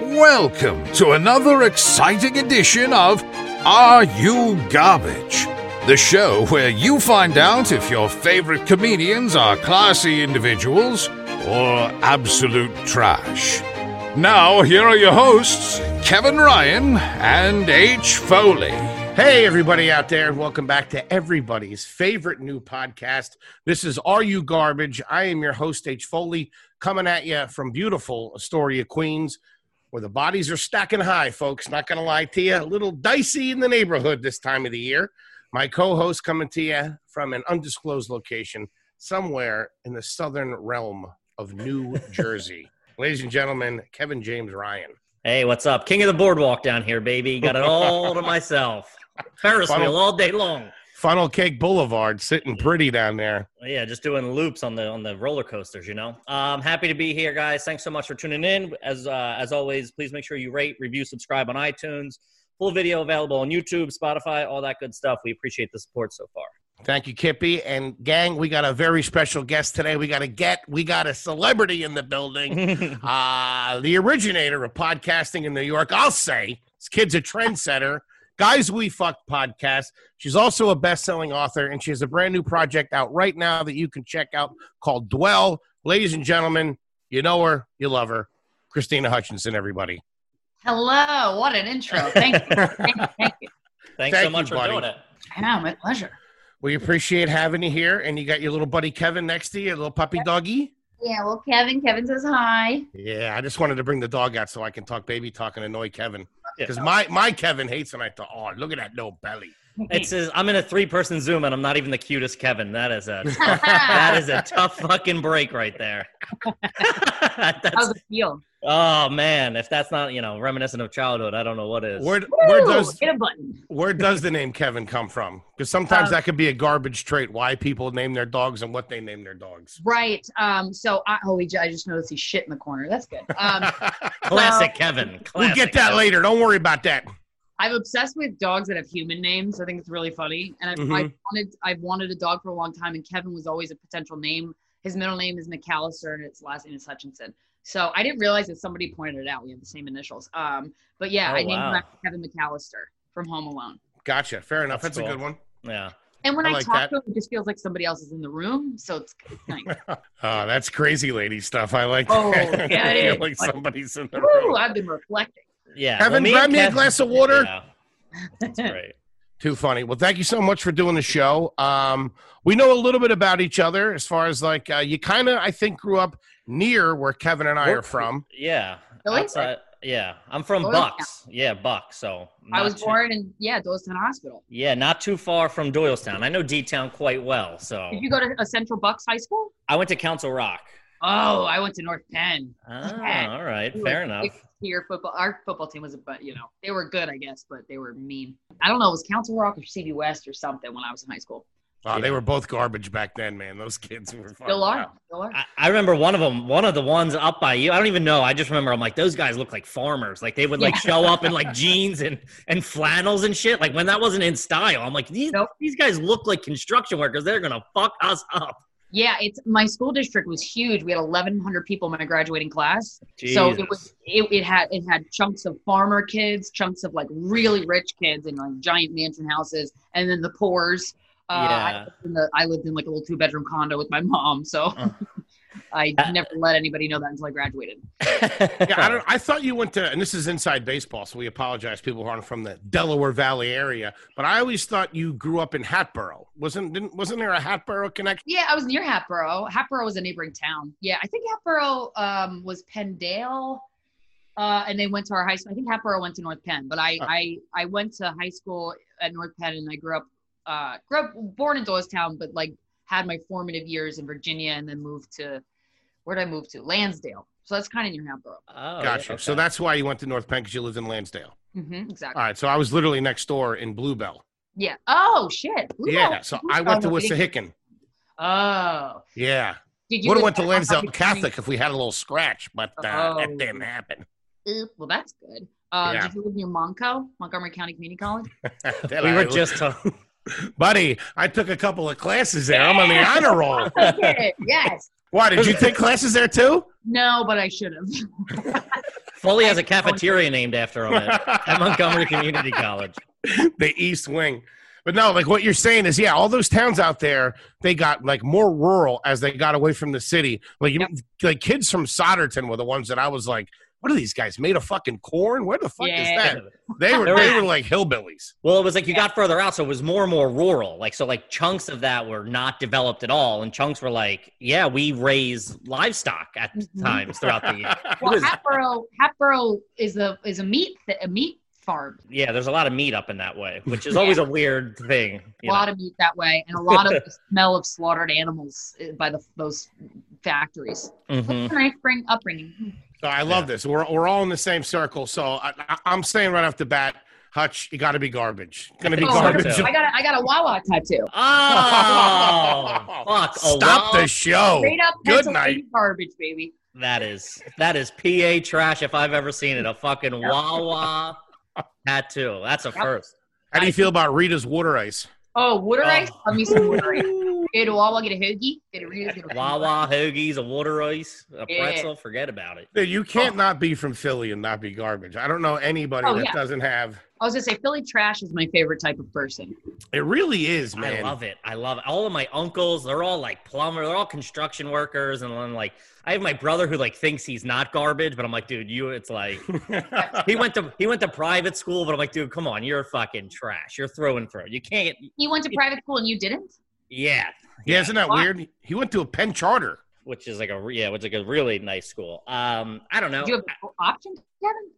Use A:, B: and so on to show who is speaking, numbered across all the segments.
A: Welcome to another exciting edition of Are You Garbage? The show where you find out if your favorite comedians are classy individuals or absolute trash. Now, here are your hosts, Kevin Ryan and H. Foley.
B: Hey, everybody out there, and welcome back to everybody's favorite new podcast. This is Are You Garbage? I am your host, H. Foley, coming at you from beautiful Astoria, Queens, where the bodies are stacking high, folks. Not going to lie to you, a little dicey in the neighborhood this time of the year. My co host coming to you from an undisclosed location somewhere in the southern realm of New Jersey. Ladies and gentlemen, Kevin James Ryan.
C: Hey, what's up? King of the boardwalk down here, baby. Got it all to myself. Ferris
B: Funnel-
C: wheel all day long.
B: Funnel Cake Boulevard sitting pretty down there.
C: Yeah, just doing loops on the on the roller coasters, you know. Um, happy to be here, guys. Thanks so much for tuning in. As uh, as always, please make sure you rate, review, subscribe on iTunes. Full video available on YouTube, Spotify, all that good stuff. We appreciate the support so far.
B: Thank you, Kippy. And gang, we got a very special guest today. We got a get, we got a celebrity in the building. uh, the originator of podcasting in New York, I'll say. This kid's a trendsetter. Guys We Fuck podcast. She's also a best-selling author, and she has a brand new project out right now that you can check out called Dwell. Ladies and gentlemen, you know her, you love her. Christina Hutchinson, everybody.
D: Hello, what an intro. Thank you. Thank you. Thank you.
B: Thank
C: Thanks so
B: you,
C: much for
B: buddy.
C: doing it.
D: I know, my pleasure.
B: We appreciate having you here. And you got your little buddy Kevin next to you, your little puppy doggy.
D: Yeah, well, Kevin, Kevin says hi.
B: Yeah, I just wanted to bring the dog out so I can talk baby talk and annoy Kevin.
C: Yeah.
B: Because my, my Kevin hates when I thought, oh, look at that no belly.
C: It says I'm in a three-person Zoom and I'm not even the cutest, Kevin. That is a that is a tough fucking break right there. That's
D: How's it feel?
C: Oh man, if that's not you know reminiscent of childhood, I don't know what is.
B: Where, where
D: Woo!
B: does
D: Hit a button.
B: where does the name Kevin come from? Because sometimes
D: Um,
B: that could be a garbage trait. Why people name their dogs and what they name their dogs.
D: Right. Um, so I oh we, ju- I just noticed he's shit in the corner. That's good. Um,
C: Classic Kevin. Classic.
B: we'll get that later. Don't worry about that.
D: I'm obsessed with dogs that have human names. I think it's really funny. And I've,
B: Mhm.
D: I've wanted I've wanted a dog for a long time, and Kevin was always a potential name. His middle name is McAllister, and its last name is Hutchinson. So I didn't realize that somebody pointed it out. We have the same initials. Um, but yeah,
C: Oh,
D: I named him
C: wow.
D: after Kevin McAllister from Home Alone.
B: Gotcha. Fair enough. That's,
C: That's
B: a good one.
C: Yeah.
D: And when
B: I
D: I,
B: like
D: talk
B: that.
D: to him, it just feels like somebody else is in the room. So it's, it's nice.
B: Oh, that's crazy lady stuff. I like
D: Oh,
B: that.
D: yeah,
B: I
D: it
B: feel
D: is.
B: like somebody's in the
D: Woo,
B: room.
D: I've been reflecting.
C: Yeah.
B: Kevin,
C: and
B: grab me a
C: Kev-
B: glass of water.
C: Yeah. That's great.
B: Too funny. Well, thank you so much for doing the show. Um, we know a little bit about each other as far as like uh, you kind of, I think, grew up near where Kevin and I
C: We're-
B: are from.
C: Yeah.
D: Really?
C: Outside- yeah. I'm from
D: Doylestown.
C: Bucks. Yeah, Bucks. So
D: I
C: not
D: was
C: too-
D: born in, yeah, Doylestown Hospital.
C: Yeah, not too far from Doylestown. I know D Town quite well. So
D: Did you go to a Central Bucks High School?
C: I went to Council Rock.
D: Oh, I went to North Penn.
C: Ah,
D: Yeah.
C: all right.
D: We were
C: Fair enough.
D: big Here, football. Our football team was, but you know, they were good, I guess, but they were mean. I don't know. It was Council Rock or CB West or something when I was in high school.
B: Uh, They
C: Yeah.
B: were both garbage back then, man. Those kids were fucking-
D: Still are. Still are.
C: I, I remember one of them, one of the ones up by you. I don't even know. I just remember I'm like, those guys look like farmers. Like they would like
D: Yeah.
C: show up in like jeans and and flannels and shit. Like when that wasn't in style, I'm like, these
D: Nope.
C: these guys look like construction workers. They're gonna fuck us up.
D: Yeah, it's my school district was huge. We had 1,100 people in my graduating class. So it was it, it had it had chunks of farmer kids, chunks of like really rich kids in like giant mansion houses, and then the poor's. Uh, I,
C: yeah.
D: lived in the, I lived in like a little two bedroom condo with my mom, so I
C: Uh.
D: never let anybody know that until I graduated.
B: yeah, I don't. I thought you went to, and this is inside baseball, so we apologize, people who aren't from the Delaware Valley area. But I always thought you grew up in Hatboro. Wasn't didn't, wasn't there a Hatboro connection?
D: Yeah, I was near Hatboro. Hatboro was a neighboring town. Yeah, I think Hatboro um, was Pendale, uh, and they went to our high school. I think Hatboro went to North Penn, but I
B: Oh.
D: I, I went to high school at North Penn, and I grew up uh, grew up born in Doylestown, but like had my formative years in Virginia, and then moved to where did I move to Lansdale? So that's kind of near Hatboro.
C: Oh,
B: gotcha.
C: okay.
B: So that's why you went to North Penn because you lived in Lansdale.
D: Mm-hmm, exactly.
B: All right. So I was literally next door in Bluebell.
D: Yeah. Oh shit. Blue
B: yeah.
D: Bell-
B: So
D: Blue
B: I
D: Bell
B: went to
D: was getting-
B: Wissahickon.
D: Oh.
B: Yeah.
D: Did
B: Would have
D: go
B: went to
D: back-
B: Lansdale Catholic if we had a little scratch, but uh, that
D: Oh.
B: didn't happen.
D: Oop, Well, that's good. Um,
B: Yeah.
D: Did you live near Monco, Montgomery County Community College?
B: Then
C: we were
B: I-
C: just talking.
B: buddy. I took a couple of classes there. I'm on the honor roll.
D: Okay, yes.
B: Why did you take classes there too?
D: No, but I should have.
C: Foley has a cafeteria named after him at, Oh, at Montgomery Community College.
B: the East Wing. But no, like what you're saying is, yeah, all those towns out there, they got like more rural as they got away from the city. Like, you, like kids from Soderton were the ones that I was like, what are these guys made of fucking corn? Where the fuck
D: Yeah.
B: is that? They were
C: There
B: they
C: were-
B: were like hillbillies.
C: Well, it was like you got further out, so it was more and more rural. Like so, like chunks of that were not developed at all, and chunks were like, yeah, we raise livestock at
D: Mhm.
C: times throughout the year.
D: Well,
C: It was-
D: Hatboro, Hatboro is a is a meat th- a meat farm.
C: yeah, there's a lot of meat up in that way, which is always a weird thing.
D: A
C: you know.
D: lot of meat that way, and a lot of the smell of slaughtered animals uh, by the those factories.
C: Mhm.
D: That's
B: Mm-hmm.
D: a nice bring upbringing.
B: So I love this. We're, we're all in the same circle. So I, I, I'm saying right off the bat, Hutch, you got to be garbage. Going to be
C: think so,
B: garbage.
C: too.
D: Oh, I got a, I got a Wawa tattoo.
C: Oh, fuck! a
B: Stop
C: wall-
B: the show.
D: Straight up
B: Oh, Good
D: Pennsylvania
B: night.
D: garbage, baby.
C: That is that is PA trash if I've ever seen it. A fucking Wawa tattoo. That's a first.
B: How do you feel about Rita's water ice?
D: Oh, water
C: Oh.
D: ice? Love me some water ice. Go to Wawa, get a hoagie. Get a Rita's, get a
C: Wawa hoagies, a water ice, a
D: Yeah.
C: pretzel. Forget about it.
B: Dude, you can't not be from Philly and not be garbage. I don't know anybody
D: Oh,
B: that
D: yeah.
B: doesn't have.
D: I was gonna say Philly trash is my favorite type of person.
B: It really is, man.
C: I love it. I love it. all of my uncles. They're all like plumber. They're all construction workers, and then like I have my brother who like thinks he's not garbage, but I'm like, dude, you. It's like he went to he went to private school, but I'm like, dude, come on, you're fucking trash. You're through and through. You can't.
D: You went to private school and you didn't?
C: Yeah,
B: yeah, isn't that
D: Why?
B: weird? He went to a Penn Charter.
C: which is like a yeah, which is like a really nice school. Um, I don't know.
D: Did you have an option, Kevin?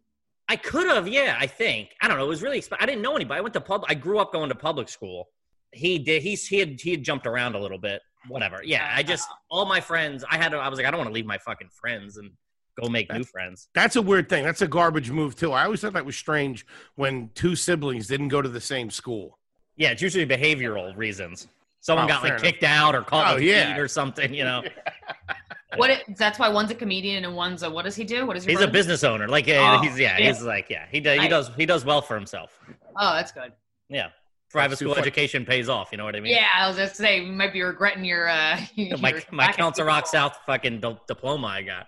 C: I could have, yeah, I think. I don't know. It was really. exp- I didn't know anybody. I went to pub. I grew up going to public school. He did. He's he had he had jumped around a little bit. Whatever. Yeah,
B: Uh-huh.
C: I just all my friends. I had. I was like, I don't want to leave my fucking friends and go make new friends.
B: That's a weird thing. That's a garbage move, too. I always thought that was strange when two siblings didn't go to the same school.
C: Yeah, it's usually behavioral reasons. Someone
B: Oh,
C: got like
B: fair enough.
C: kicked out or called
B: Oh,
C: a
B: yeah.
C: cheat or something. You know,
D: What? It, that's why one's a comedian and one's a what does he do? What is he?
C: he's a business owner. Like uh,
D: Oh,
C: he's yeah,
D: yeah.
C: he's like yeah, he does he
D: Nice.
C: does he does well for himself.
D: Oh, that's good.
C: Yeah, private
B: too
C: school
B: funny.
C: education pays off. You know what I mean?
D: Yeah, I was gonna say you might be regretting your uh. your
C: My my
D: lack of
C: Council
D: people.
C: Rock South fucking di- diploma I got.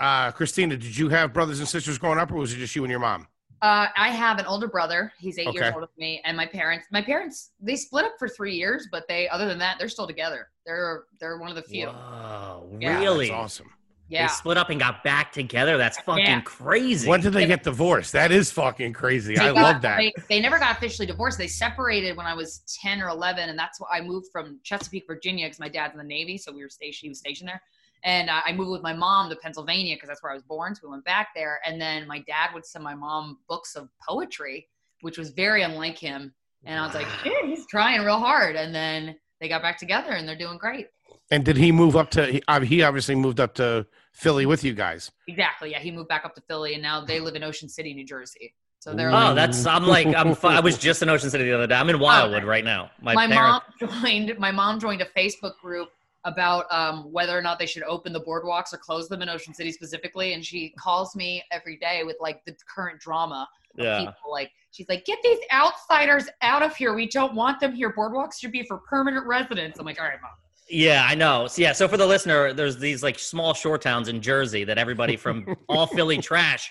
B: Uh, Christina, did you have brothers and sisters growing up, or was it just you and your mom?
D: Uh, I have an older brother. He's eight
B: Okay.
D: years older than me, and my parents. My parents they split up for three years, but they other than that they're still together. They're they're one of the few.
C: Whoa,
D: Yeah. That's
C: really?
B: That's awesome.
C: They
D: Yeah.
C: split up and got back together. That's fucking
D: Yeah.
C: crazy.
B: When did they get divorced? That is fucking crazy.
D: They
B: I
D: got-
B: love that.
D: They, they never got officially divorced. They separated when I was 10 or 11, and that's why I moved from Chesapeake, Virginia, because my dad's in the Navy, so we were stationed, he was stationed there. And uh, I moved with my mom to Pennsylvania because that's where I was born, so we went back there. And then my dad would send my mom books of poetry, which was very unlike him. And I was like, shit, he's trying real hard. And then they got back together, and they're doing great.
B: And did he move up to? He uh, he obviously moved up to Philly with you guys.
D: Exactly. Yeah, he moved back up to Philly, and now they live in Ocean City, New Jersey. So they're
B: Ooh.
D: like,
C: Oh, that's I'm like I'm. fu- I was just in Ocean City the other day. I'm in Wildwood right now. My,
D: Oh, my
C: parents.
D: mom joined my mom joined a facebook group about um, whether or not they should open the boardwalks or close them in ocean city specifically and she calls me every day with like the current drama of
C: yeah.
D: people like she's like get these outsiders out of here we don't want them here boardwalks should be for permanent residents i'm like all right mom
C: Yeah, I know. So, yeah, so for the listener, there's these like small shore towns in Jersey that everybody from all Philly trash.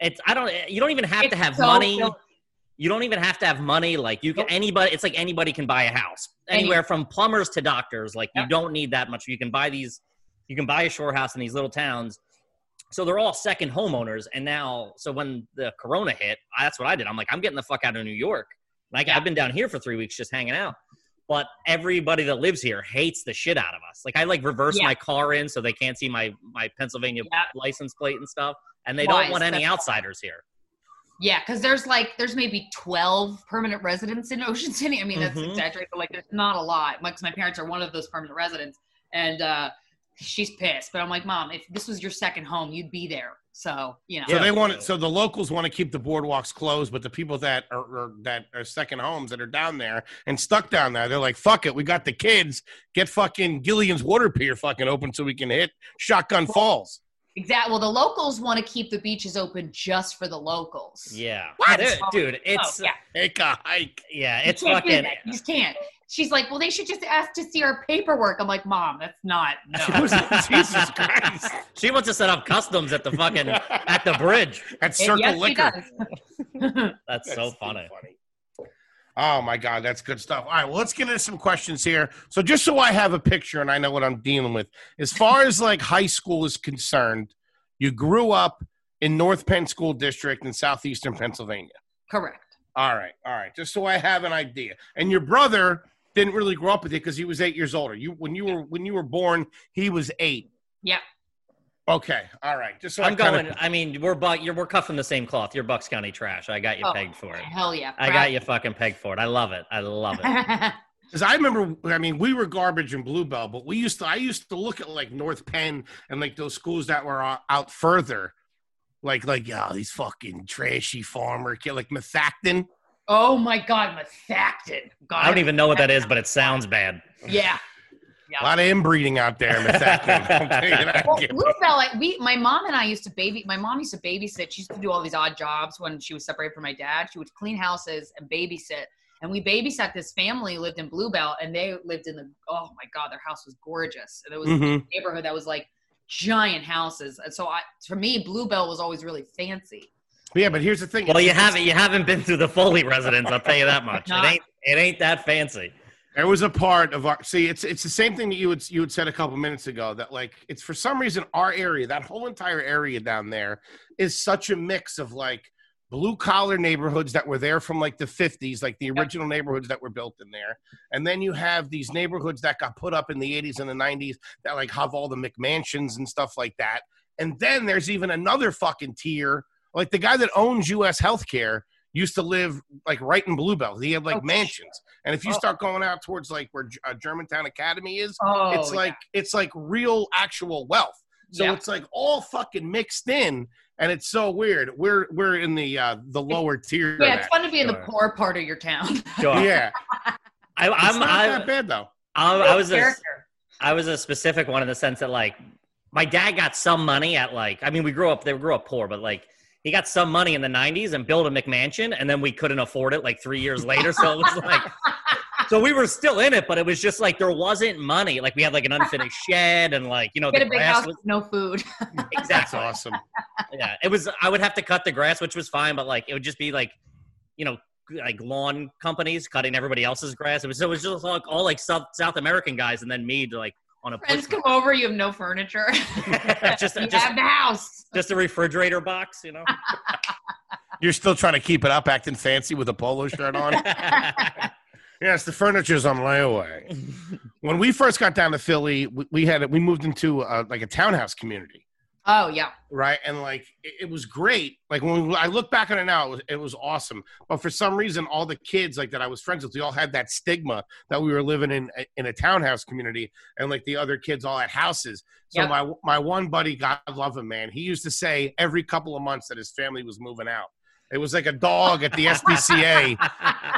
C: It's I don't. You don't even have to
D: It's
C: have
D: so
C: money.
D: silly.
C: You don't even have to have money. Like you can
D: Nope.
C: anybody. It's like anybody can buy a house
D: Any-
C: anywhere from plumbers to doctors. Like you
D: Yep.
C: don't need that much. You can buy these. You can buy a shore house in these little towns. So they're all second homeowners. And now, so when the Corona hit, I- that's what I did. I'm like, I'm getting the fuck out of New York. Like
D: Yeah.
C: I've been down here for three weeks just hanging out. But everybody that lives here hates the shit out of us. Like I like reverse
D: Yeah.
C: my car in so they can't see my my Pennsylvania
D: Yeah.
C: license plate and stuff. And they
D: Wise,
C: don't want any
D: that's-
C: outsiders here.
D: yeah because there's like there's maybe 12 permanent residents in ocean city i mean that's
C: Mhm.
D: exaggerated but like there's not a lot because my parents are one of those permanent residents and uh, she's pissed but i'm like mom if this was your second home you'd be there so you know
B: So
C: Yeah.
B: they want it. So the locals want to keep the boardwalks closed, but the people that are, are that are second homes that are down there and stuck down there, they're like, "Fuck it, we got the kids. Get fucking Gillian's Water Pier fucking open so we can hit Shotgun Falls."
D: Exactly. Well, the locals want to keep the beaches open just for the locals.
C: Yeah.
D: What?
C: Dude, dude, it's
D: Oh, yeah.
B: Take a hike.
C: yeah,
D: You
C: it's
D: can't do
C: fucking
D: that. You just can't. She's like, well, they should just ask to see our paperwork. I'm like, mom, that's not. No.
B: Jesus Christ.
C: She wants to set up customs at the fucking at the bridge.
B: That's circle
D: yes,
B: liquor.
D: She does.
C: That's,
B: That's
C: so
B: too
C: funny.
B: Oh my God, that's good stuff. All right, well, let's get into some questions here. So, just so I have a picture and I know what I'm dealing with, as far as like high school is concerned, you grew up in North Penn School District in southeastern Pennsylvania.
D: Correct.
B: All right, all right, just so I have an idea. And your brother didn't really grow up with it because he was eight years older. You when you were when you were born, he was eight.
D: Yeah.
B: Okay, all right. Just so I
C: I'm
B: kinda-
C: going. I mean, we're buck. You're, we're cut from the same cloth. You're Bucks County trash. I got you
D: Oh,
C: pegged for it.
D: Hell yeah.
C: I got you fucking pegged for it. I love it. I love it.
B: Because I remember, I mean, we were garbage in Bluebell, but we used to, I used to look at like North Penn and like those schools that were out, out further, like, like, yeah, these fucking trashy farmer kid, like Methacton.
D: oh my God, Methacton. God,
C: I don't even know what that is, but it sounds bad.
D: Yeah.
B: A lot of inbreeding out there, Methacton. I'm taking that
D: Well,
B: kid.
D: Bluebell, like we, my mom and I used to baby. My mom used to babysit. She used to do all these odd jobs when she was separated from my dad. She would clean houses and babysit. And we babysat this family who lived in Bluebell, and they lived in the. Oh my God, their house was gorgeous. And it was
B: Mhm.
C: Mm.
D: a neighborhood that was like giant houses. And so, I, for me, Bluebell was always really fancy.
B: But yeah, but here's the thing.
C: Well, you haven't you haven't been through the Foley residence. I'll tell you that much. It
D: Not-
C: ain't it ain't that fancy.
B: There was a part of our see. It's it's the same thing that you would you had said a couple minutes ago that like it's for some reason our area that whole entire area down there is such a mix of like blue collar neighborhoods that were there from like the 50s like the original neighborhoods that were built in there and then you have these neighborhoods that got put up in the 80s and the 90s that like have all the mcmansions and stuff like that and then there's even another fucking tier like the guy that owns us healthcare used to live like right in bluebell he had like
D: Oh, sure.
B: mansions and if you
D: Oh.
B: start going out towards like where G- uh, Germantown Academy is,
D: Oh,
B: it's like it's like real actual wealth. So
D: Yeah.
B: it's like all fucking mixed in, and it's so weird. We're we're in the uh, the lower tier. of
D: yeah, it's
B: that.
D: fun to be in the
C: Sure.
D: poor part of your town.
C: Sure.
B: yeah.
C: I,
B: It's
C: I'm,
B: not
C: I,
B: that bad though.
C: I, I was a,
D: Character.
C: I was a specific one in the sense that like my dad got some money at like I mean we grew up they grew up poor but like he got some money in the 90s and built a McMansion and then we couldn't afford it like 3 years later so it was like so we were still in it but it was just like there wasn't money like we had like an unfinished shed and like you know
D: Get
C: the
D: a big
C: grass
D: house
C: was
D: with no food.
B: That's
C: exactly
B: awesome.
C: yeah it was I would have to cut the grass which was fine but like it would just be like you know like lawn companies cutting everybody else's grass it was it was just like all like South South American guys and then me to like on a
D: Friends
C: push-
D: come over, you have no furniture.
C: just
D: you
C: just
D: have the house.
C: just a refrigerator box, you know.
B: You're still trying to keep it up, acting fancy with a polo shirt on. yes, the furniture's on layaway. When we first got down to Philly, we, we had we moved into uh, like a townhouse community.
D: Oh yeah.
B: right? And like it, it was great. Like when we, I look back on it now, it was, it was awesome. But for some reason, all the kids like that I was friends with, we all had that stigma that we were living in a- in a townhouse community, and like the other kids all had houses. So
D: Yep.
B: my my one buddy, God love him, man, he used to say every couple of months that his family was moving out. It was like a dog at the SPCA.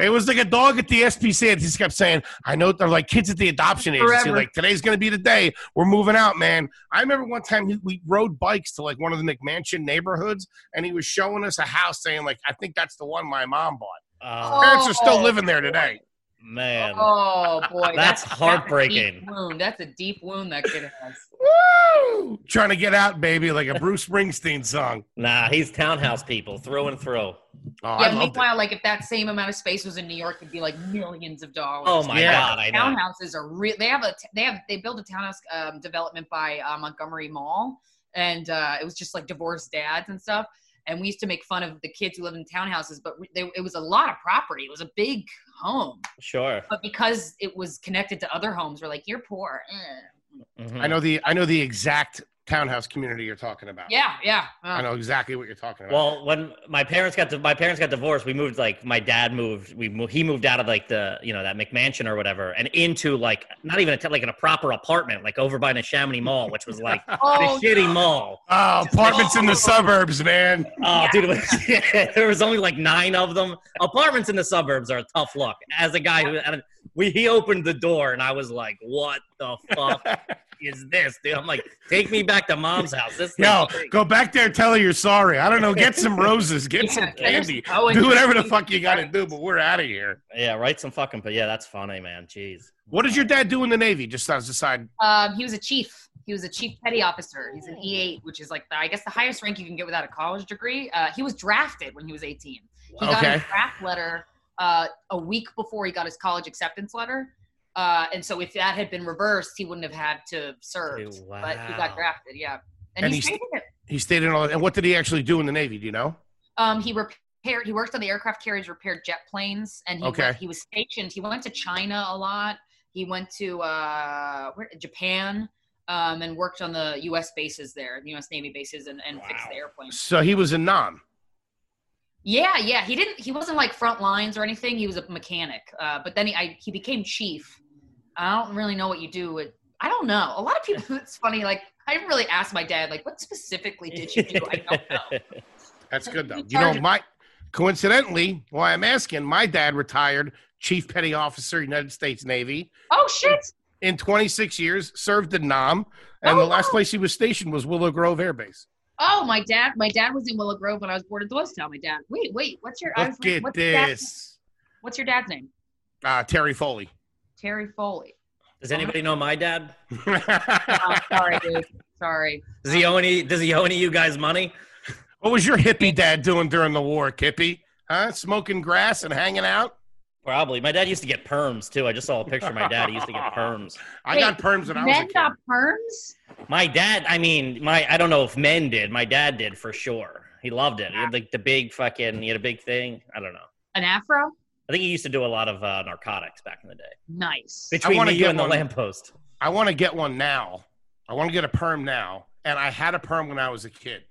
B: It was like a dog at the SPCA. He just kept saying, I know they're like kids at the adoption agency.
D: Forever.
B: Like, today's going to be the day. We're moving out, man. I remember one time he- we rode bikes to like one of the McMansion neighborhoods, and he was showing us a house saying, like, I think that's the one my mom bought.
C: oh,
B: Parents are still
D: Oh,
B: living there today.
C: man.
D: Oh boy,
C: That's
D: a
C: heartbreaking.
D: deep wound. That's a deep wound that kid has.
B: Woo! Trying to get out, baby, like a Bruce Springsteen song.
C: Nah, he's townhouse people through and through.
B: Oh,
D: yeah.
B: I loved it.
D: Meanwhile, like if that same amount of space was in New York, it'd be like millions of dollars.
C: Oh my
B: Yeah.
C: god, I know.
D: Townhouses are real. They have a. t- They have. They built a townhouse um, development by uh, Montgomery Mall, and uh, it was just like divorced dads and stuff. And we used to make fun of the kids who lived in townhouses, but we- they, it was a lot of property. It was a big home,
C: Sure.
D: but because it was connected to other homes, we're like, "You're poor." eh."
C: Mhm.
B: I know the I know the exact townhouse community you're talking about.
D: Yeah, yeah.
B: I
D: Uh,
B: know exactly what you're talking about.
C: Well, when my parents got to, my parents got divorced, we moved like my dad moved. We moved, he moved out of like the you know that McMansion or whatever, and into like not even a, t- like in a proper apartment, like over by the Chamonix Mall, which was
B: uh,
C: like the
D: oh,
C: shitty mall.
B: oh, apartments in the suburbs, man.
C: Oh,
D: Yeah.
C: dude, it was- there was only like nine of them. Apartments in the suburbs are a tough look. As a guy who, and we, he opened the door and I was like, "What the fuck is this, dude? I'm like, take me back to mom's house. This thing's
B: Yo,
C: great.
B: go back there and tell her you're sorry. I don't know. Get some roses. Get
D: Yeah,
B: some
D: that is
B: candy.
D: so
B: Do whatever the
D: interesting.
B: fuck you got to do, but we're out of here.
C: yeah, write some fucking. But yeah, that's funny, man. Jeez.
B: What does your dad do in the Navy? Just as a side.
D: Um, he was a chief. He was a chief petty officer. He's an E8, which is like the, I guess the highest rank you can get without a college degree. Uh, he was drafted when he was 18. He got
B: Okay.
D: his draft letter uh, a week before he got his college acceptance letter. Uh, and so if that had been reversed, he wouldn't have had to serve.
C: Dude,
D: But he
C: wow.
D: got drafted, yeah. And,
B: And
D: he
B: he's-
D: stayed in it.
B: He stayed in all that. And what did he actually do in the Navy? Do you know?
D: Um, he repaired. He worked on the aircraft carriers, repaired jet planes, and he
B: Okay.
D: went- he was stationed. He went to China a lot. He went to uh, where, Japan um, and worked on the U.S. bases there, the U.S. Navy bases, and, and fixed the airplanes.
B: So he was in Nam.
D: Yeah, yeah. He didn't. He wasn't like front lines or anything. He was a mechanic. Uh, but then he I, he became chief. I don't really know what you do with. I don't know. A lot of people. It's funny. Like I didn't really ask my dad. Like what specifically did you do? I don't know.
B: That's good though. You know, my coincidentally, why I'm asking, my dad retired Chief Petty Officer, United States Navy,
D: Oh shit.
B: in 26 years, served in Nam, and the
D: Oh,
B: last
D: wow.
B: place he was stationed was Willow Grove Air Base.
D: Oh, my dad, my dad was in Willow Grove when I was born in Doylestown. My dad. Wait, wait, what's your? I was
B: Look
D: like,
B: at
D: what's your dad's-
B: this.
D: what's your dad's name?
B: Uh, Terry Foley.
D: Terry Foley.
C: Does anybody
D: Uh-huh.
C: know my dad?
D: Oh, sorry, dude. Sorry.
C: Does he owe any? Does he owe any of you guys money?
B: what was your hippie dad doing during the war, Kippy? Huh? Smoking grass and hanging out?
C: Probably. My dad used to get perms too. I just saw a picture of my dad. He used to get perms.
B: I
D: Wait,
B: got perms when I was a
D: Men
B: kid.
D: got perms.
C: My dad, I mean, my I don't know if men did. My dad did for sure. He loved it. He had like the big fucking. He had a big thing. I don't know.
D: An afro.
C: I think he used to do a lot of uh, narcotics back in the day.
D: Nice.
C: Between
B: wanna
C: me, you
B: get
C: and the
B: one.
C: lamppost.
B: I want to get one now. I want to get a perm now. And I had a perm when I was a kid.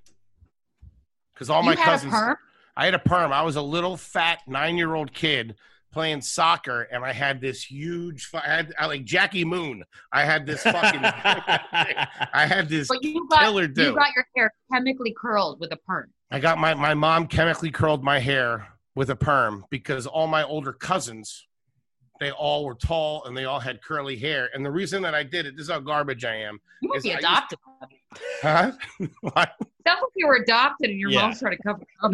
B: Because all my
D: you had
B: cousins.
D: a perm.
B: I had a perm. I was a little fat nine year old kid playing soccer, and I had this huge, fu- I had I, like Jackie Moon. I had this fucking, I had this.
D: But you got
B: killer dude.
D: you got your hair chemically curled with a perm.
B: I got my my mom chemically curled my hair with a perm because all my older cousins, they all were tall and they all had curly hair. And the reason that I did it, this is how garbage I am.
D: You
B: Is
D: must be
B: I used-
D: adopted.
B: Huh?
D: Sounds like you were adopted, and your
C: Yeah.
D: mom's trying to cover up.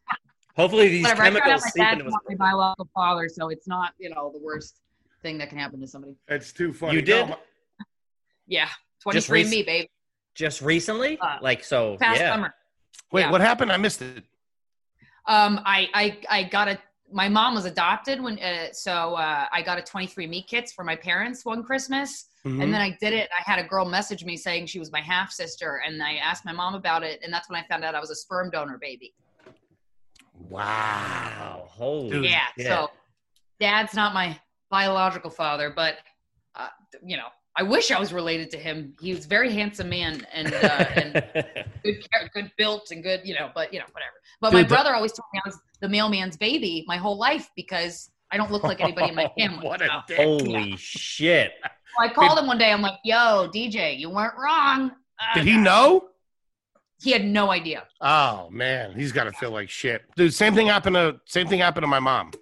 C: Hopefully, these
D: Whatever. I found out
C: chemicals
D: my
C: seep
D: dad's
C: into his.
D: not my biological father, so it's not you know the worst thing that can happen to somebody.
B: That's too funny.
C: You did
B: No,
D: Yeah, twenty
C: Just
D: three
C: rec-
D: me, babe.
C: just recently,
D: Uh,
C: like so.
D: Past
C: yeah.
D: summer.
B: wait,
D: Yeah.
B: what happened? I missed it.
D: Um, I, I, I got a, my mom was adopted when, uh, so, uh, I got a 23andMe kits for my parents one Christmas.
B: Mm-hmm.
D: And then I did it. I had a girl message me saying she was my half sister. And I asked my mom about it. And that's when I found out I was a sperm donor baby.
B: wow.
C: Wow. Oh, Holy.
B: Dude.
D: yeah.
C: shit.
D: So dad's not my biological father, but, uh, you know, I wish I was related to him. He was a very handsome man and, uh, and good, char- good built and good, you know, but you know, whatever. But my
B: Dude, the-
D: brother always told me I was the mailman's baby my whole life because I don't look like anybody in my family. Oh.
B: what a
D: so.
B: dick.
C: Holy shit.
D: So I called him one day. I'm like, "Yo, DJ, you weren't wrong." Uh,
B: Did he know?
D: He had no idea.
B: Oh man, he's got to feel like shit, dude. Same thing happened to same thing happened to my mom.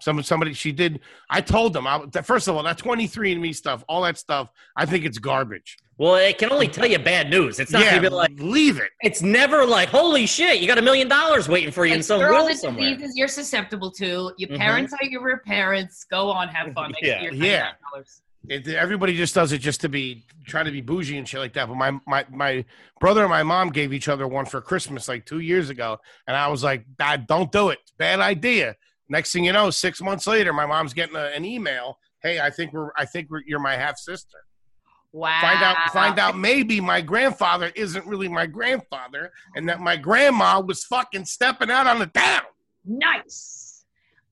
B: Some somebody she did. I told them. I, that- first of all, that twenty three and Me stuff, all that stuff. I think it's garbage.
C: Well, it can only tell you bad news. It's not
B: yeah,
C: even like
B: leave it.
C: it's never like holy shit. You got a million dollars waiting for you in
D: Like,
C: some
D: there are all
C: will
D: the
C: somewhere.
D: diseases you're susceptible to. Your
C: Mhm.
D: parents are your parents. Go on, have fun. Make
C: Yeah.
D: your
B: Mm-hmm. Yeah.
D: $99.
B: it. Everybody just does it just to be trying to be bougie and shit like that. But my my my brother and my mom gave each other one for Christmas like two years ago, and I was like, "Dad, don't do it. Bad idea." Next thing you know, six months later, my mom's getting a, an email. Hey, I think we're I think we're, you're my half sister.
D: Wow.
B: find out find out maybe my grandfather isn't really my grandfather and that my grandma was fucking stepping out on the town
D: Nice.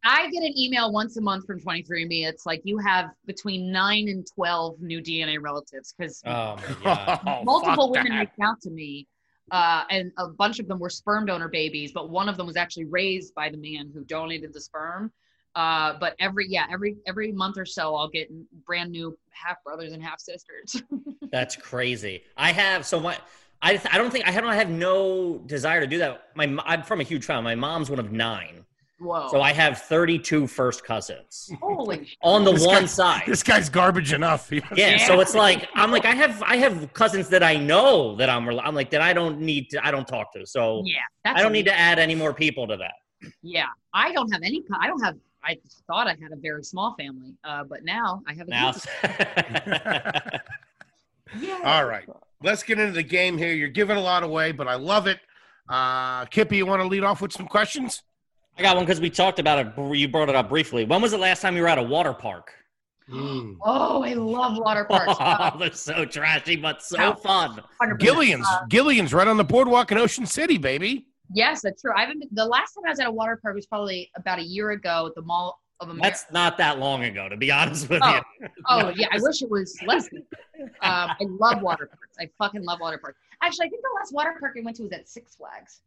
D: I get an email once a month from 23andMe. It's like you have between nine and 12 new DNA relatives because
C: Oh my god.
D: multiple women
B: that.
D: reached out to me, uh, and a bunch of them were sperm donor babies, but one of them was actually raised by the man who donated the sperm. Uh, but every yeah, every every month or so, I'll get brand new half brothers and half sisters.
C: That's crazy. I have so my. I, I don't think I don't have no desire to do that. My mo- I'm from a huge family. My mom's one of nine,
D: Whoa.
C: So I have 32 first cousins
D: Holy sh-
C: on the
B: This
C: one
B: guy-
C: side.
B: This guy's garbage enough.
C: yeah,
D: Yeah.
C: so it's like I'm like I have I have cousins that I know that I'm rel- I'm like that I don't need to I don't talk to. So
D: Yeah. That's
C: I don't need to add any more people to that.
D: Yeah. I don't have any. co- I don't have. I thought I had a very small family, uh, but now I have a
C: Now,
D: huge-
B: All right. Let's get into the game here. You're giving a lot away, but I love it. Uh, Kippy, you want to lead off with some questions?
C: I got one because we talked about it. br- You brought it up briefly. When was the last time you were at a water park?
D: Oh, I love water parks.
C: Oh, they're so trashy, but so
D: Ow.
C: fun.
D: 100%.
B: Gillian's,
D: Uh,
B: Gillian's right on the boardwalk in Ocean City, baby.
D: Yes, that's true. I haven't. Been, the last time I was at a water park was probably about a year ago at the Mall of America.
C: That's not that long ago, to be honest with
D: Oh,
C: you.
D: Oh yeah, I wish it was less. Than um, I love water parks. I fucking love water parks. Actually, I think the last water park I went to was at Six Flags.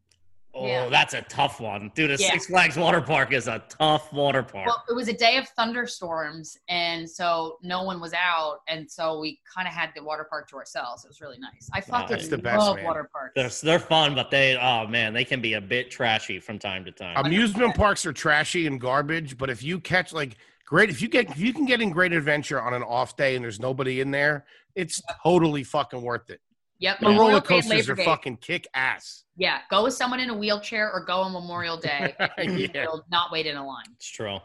C: Oh,
D: yeah.
C: that's a tough one, dude. A
D: Yeah.
C: Six Flags water park is a tough water park.
D: Well, it was a day of thunderstorms, and so no one was out, and so we kind of had the water park to ourselves. It was really nice. I fucking
C: That's
B: the best,
D: love
B: man.
D: water parks.
C: they're, they're fun, but they oh man, they can be a bit trashy from time to time.
D: Um,
B: Amusement parks are trashy and garbage, but if you catch like great, if you get if you can get in Great Adventure on an off day and there's nobody in there, it's totally fucking worth it.
D: Yep,
B: The
D: Memorial
B: roller
D: Day and
B: coasters
D: Labor
B: are
D: Day.
B: fucking kick ass.
D: Yeah, go with someone in a wheelchair or go on Memorial Day.
B: yeah.
D: You'll not wait in a line.
C: it's true.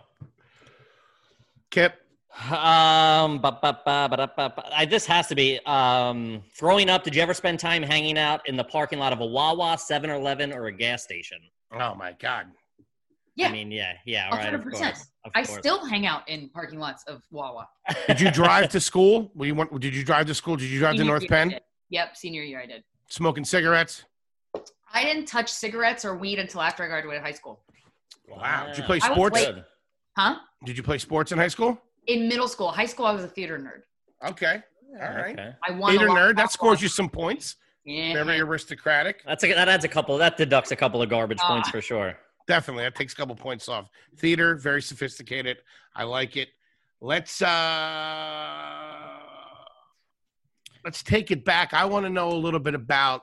B: Kip,
C: Um, ba, ba, ba, ba, da, ba, ba. I, this has to be. Um, growing up, did you ever spend time hanging out in the parking lot of a Wawa, 7 Eleven, or a gas station?
B: oh my god,
D: Yeah.
C: I mean, yeah, yeah, all right. Of
D: 100%.
C: course, of
D: I
C: course.
D: still hang out in parking lots of Wawa.
B: did you drive to school? Were you want, did you drive to school? Did you drive to
D: Senior
B: North
D: year I
B: Penn
D: did. Yep, senior year I did.
B: smoking cigarettes?
D: I didn't touch cigarettes or weed until after I graduated high school.
B: Wow, did you play
D: I was
B: sports?
D: late.
C: Good.
D: Huh?
B: Did you play sports in high school?
D: In middle school, high school, I was a theater nerd.
B: Okay, all right.
C: Okay.
D: I won.
B: Theater
D: a lot of
B: nerd that
D: softball.
B: scores you some points.
D: Yeah.
B: Very aristocratic.
C: That's a, that adds a couple. That deducts a couple of garbage
D: Ah.
C: points for sure.
B: definitely that takes a couple points off theater very sophisticated i like it let's uh let's take it back i want to know a little bit about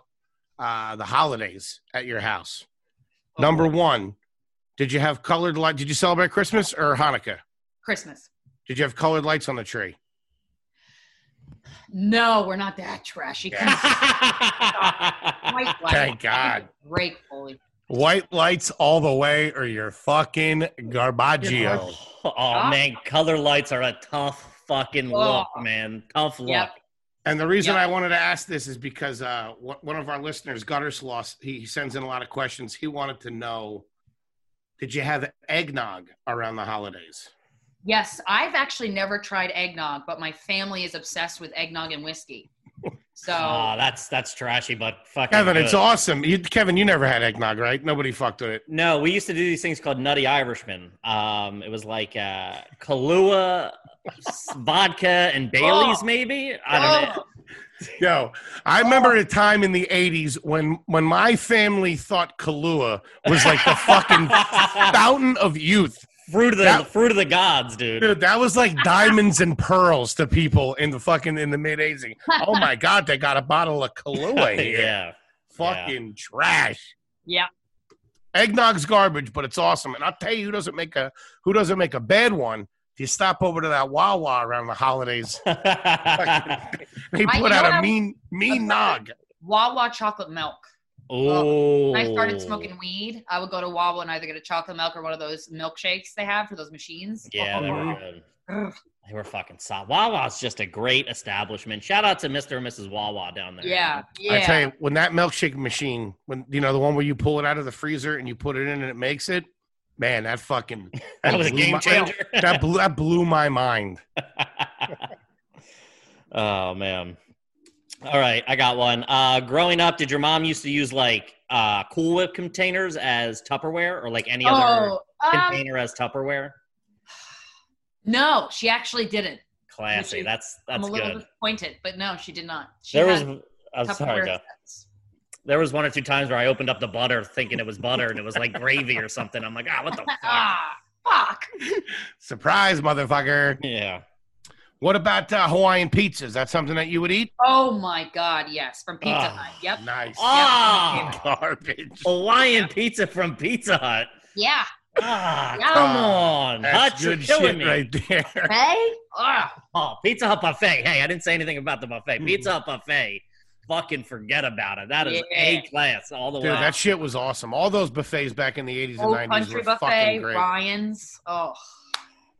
B: uh the holidays at your house number one did you have colored light did you celebrate christmas or hanukkah
D: Christmas.
B: did you have colored lights on the tree
D: No, we're not that trashy. White light.
B: Thank God.
D: Great, holy.
B: white lights all the way or you're fucking garbaggio
C: oh man, color lights are a tough fucking look, man. Tough look.
D: Yep.
B: And the reason
D: Yeah.
B: I wanted to ask this is because uh, one- one of our listeners, Gutter Sloss, he sends in a lot of questions. He wanted to know, did you have eggnog around the holidays?
D: Yes, I've actually never tried eggnog, but my family is obsessed with eggnog and whiskey. So
B: Ah,
C: Oh, that's that's trashy, but fucking.
B: Kevin,
C: good.
B: it's awesome. You, Kevin, you never had eggnog, right? Nobody fucked with it.
C: No, we used to do these things called Nutty Irishmen. Um, it was like uh, Kahlua, s- vodka, and Bailey's, maybe. I don't know.
D: Oh,
B: Yo, I remember a time in the '80s when when my family thought Kahlua was like the fucking fountain of youth.
C: fruit of the
B: That-
C: fruit of the gods, dude.
B: Dude, that was like diamonds and pearls to people in the fucking in the mid '80s. Oh my god, they got a bottle of Kahlua here.
C: yeah.
B: fucking trash.
D: Yeah.
B: Eggnog's garbage, but it's awesome. And I'll tell you who doesn't make a who doesn't make a bad one. If you stop over to that Wawa around the holidays, they
D: I-
B: put
D: you know
B: out
D: what
B: a
D: I-
B: mean mean nog.
D: Wawa chocolate milk.
C: oh.
D: When I started smoking weed, I would go to Wawa and either get a chocolate milk or one of those milkshakes they have for those machines.
C: Yeah, they were good. They were fucking solid. Wawa's just a great establishment. Shout out to Mr. and Mrs. Wawa down there.
D: yeah, yeah.
B: I tell you, when that milkshake machine, when you know the one where you pull it out of the freezer and you put it in and it makes it, man, that fucking
C: That was a
B: blew
C: game
B: my-
C: changer.
B: that blew that blew my mind.
C: oh man. All right, I got one. Uh, growing up, did your mom used to use like uh, Cool Whip containers as Tupperware, or like any other
D: oh, um,
C: container as Tupperware?
D: no, she actually didn't.
C: Classy.
D: is-
C: That's
D: I'm
C: that's
D: a little
C: good.
D: disappointed, but no, she did not. She
C: There was.
D: had
C: I'm sorry,
D: Tupperware
C: Jeff.
D: sets.
C: There was one or two times where I opened up the butter thinking it was butter and it was like gravy or something. I'm like, ah, what the fuck?
D: Ah, fuck.
B: Surprise, motherfucker!
C: Yeah.
B: What about uh, Hawaiian pizzas? Is that something that you would eat?
D: Oh my God, yes, from Pizza
C: Ah.
D: Hut. Yep.
B: Nice
C: Ah,
B: garbage.
C: Hawaiian pizza from Pizza Hut.
D: Yeah,
C: Ah, come
B: Ah,
C: on, Hutch,
B: That's
C: you're
B: good
C: killing
B: shit
C: me.
B: right there.
D: Hey, Ugh.
C: Oh, Pizza Hut buffet. Hey, I didn't say anything about the
B: Hmm.
C: buffet. Pizza Hut buffet. Fucking forget about it. That is
D: Yeah.
C: a class all the
B: Dude,
C: way.
B: that shit was awesome. All those buffets back in the 80s and
D: old
B: 90s
D: country
B: were fucking
D: buffet,
B: great.
D: Ryan's. Oh,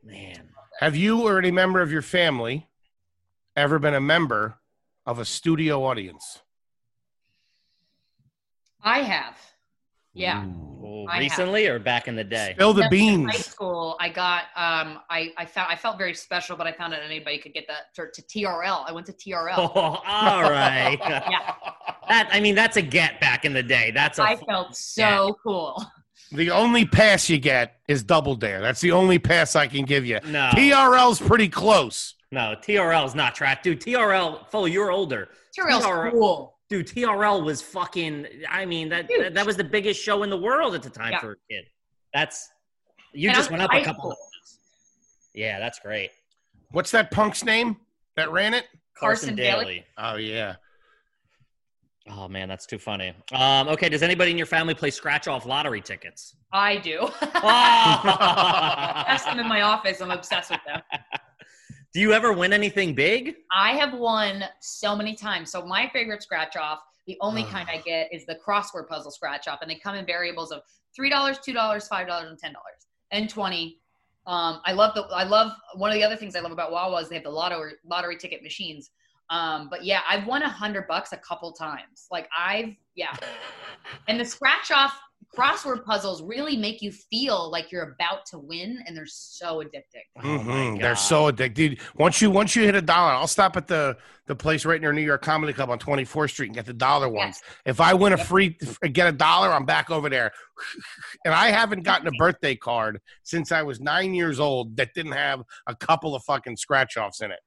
C: Man,
B: Have you or any member of your family ever been a member of a studio audience?
D: I have. Yeah.
C: Oh,
D: I have.
C: recently or back in the day?
B: Spill the
D: That's high
B: beans.
D: school, I got um, I I found I felt very special, but I found out anybody could get that to, to TRL. I went to TRL.
C: Oh, all right.
D: Yeah.
C: That I mean, that's a get back in the day. That's a
D: I
C: f-
D: felt so
C: Yeah.
D: cool.
B: The only pass you get is double dare. That's the only pass I can give you.
C: no,
B: TRL's pretty close.
C: no. TRL's not track, dude. TRL, Fuller, you're older,
D: TRL's
C: TRL.
D: cool.
C: dude. TRL was fucking. I mean, that
D: Huge.
C: that, that was the biggest show in the world at the time
D: Yeah.
C: for a kid. That's you
D: And I
C: just
D: was
C: went up
D: in
C: a
D: high
C: couple.
D: school.
C: Yeah, that's great.
B: What's that punk's name that ran it?
D: Carson Daly.
B: Oh yeah.
C: Oh man, that's too funny. Um, okay, does anybody in your family play scratch off lottery tickets?
D: I do. Ask them in my office. I'm obsessed with them.
C: Do you ever win anything big?
D: I have won so many times. So my favorite scratch off, the only
B: Ugh.
D: kind I get is the crossword puzzle scratch off, and they come in variables of three dollars, two dollars, five dollars, and ten dollars, and twenty. Um, I love the. I love one of the other things I love about Wawa is they have the lottery lottery ticket machines. Um, but yeah, I've won a hundred bucks a couple times. Like I've yeah, and the scratch off crossword puzzles really make you feel like you're about to win, and they're so addicting.
C: Oh, my
B: Mhm. They're
C: God.
B: so addicted. Once you once you hit a dollar, I'll stop at the the place right near New York Comedy Club on 24th Street and get the dollar ones.
D: Yes.
B: If I win a
D: Yep.
B: free get a dollar, I'm back over there. And I haven't gotten a birthday card since I was 9 years old that didn't have a couple of fucking scratch-offs in it.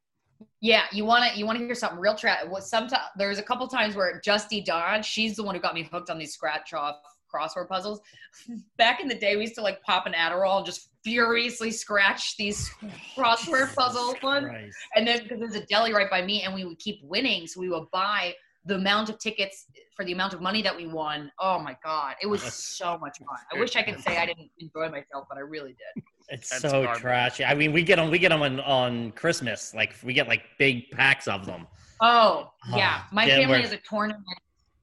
D: Yeah, you want to you want to hear something real trash. Well, sometimes there's a couple times where Justy Don, she's the one who got me hooked on these scratch off crossword puzzles. Back in the day, we used to like pop an Adderall and just furiously scratch these crossword puzzle ones.
C: Christ.
D: And then because there's a deli right by me, and we would keep winning, so we would buy the amount of tickets for the amount of money that we won. Oh my god, it was so much fun. I wish I could say I didn't enjoy myself, but I really did.
C: It's
B: That's
C: so
B: garbage.
C: trashy. I mean, we get them. We get them on, on Christmas. Like we get like big packs of them.
D: Oh
B: Uh-huh.
D: yeah,
C: Oh,
D: my
C: yeah,
D: family
C: we're-
D: has a tournament.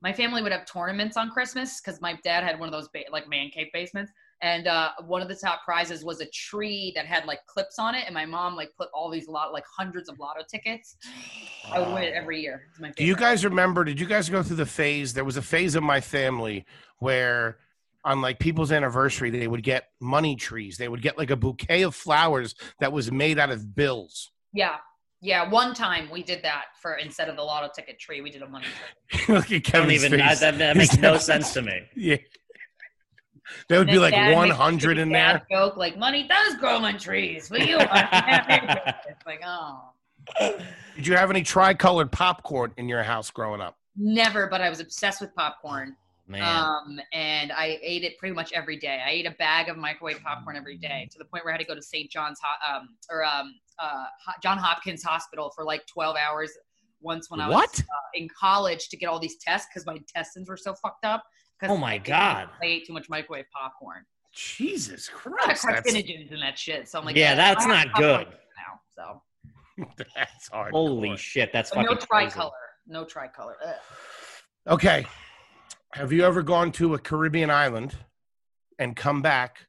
D: My family would have tournaments on Christmas because my dad had one of those ba- like man cave basements, and uh, one of the top prizes was a tree that had like clips on it, and my mom like put all these lot like hundreds of lotto tickets. I would win it every year. It's my
B: Do you
D: favorite.
B: guys remember? Did you guys go through the phase? There was a phase in my family where, on like people's anniversary, they would get money trees. They would get like a bouquet of flowers that was made out of bills.
D: Yeah. Yeah, one time we did that for instead of the lotto ticket tree, we did a money tree.
B: Look at Kevin's
C: I don't even. I,
B: face.
C: that, that makes no sense to me.
B: yeah, there would be
D: Then
B: like
D: Dad makes
B: one hundred
D: a
B: in
D: bad
B: there.
D: Joke like money does grow on trees, but you are it's like oh
B: Did you have any tricolored popcorn in your house growing up?
D: never. But I was obsessed with popcorn.
C: Man,
D: Um, and I ate it pretty much every day. I ate a bag of microwave popcorn every day to the point where I had to go to St. John's Ho- um, or um, uh, Ho- John Hopkins Hospital for like 12 hours once when I
B: what?
D: was uh, in college to get all these tests because my intestines were so fucked up. 'cause
C: Oh my God.
D: I ate too much microwave popcorn.
B: Jesus
D: A lot of
B: Christ! That's,
D: carcinogens in that shit. So I'm like,
C: yeah, that's
D: I have
C: not
D: popcorn
C: good.
D: Now, so
B: that's hard.
C: Holy shit, that's
D: But
C: fucking
D: no
C: crazy.
D: tricolor. No tricolor. Ugh.
B: Okay. Have you ever gone to a Caribbean island and come back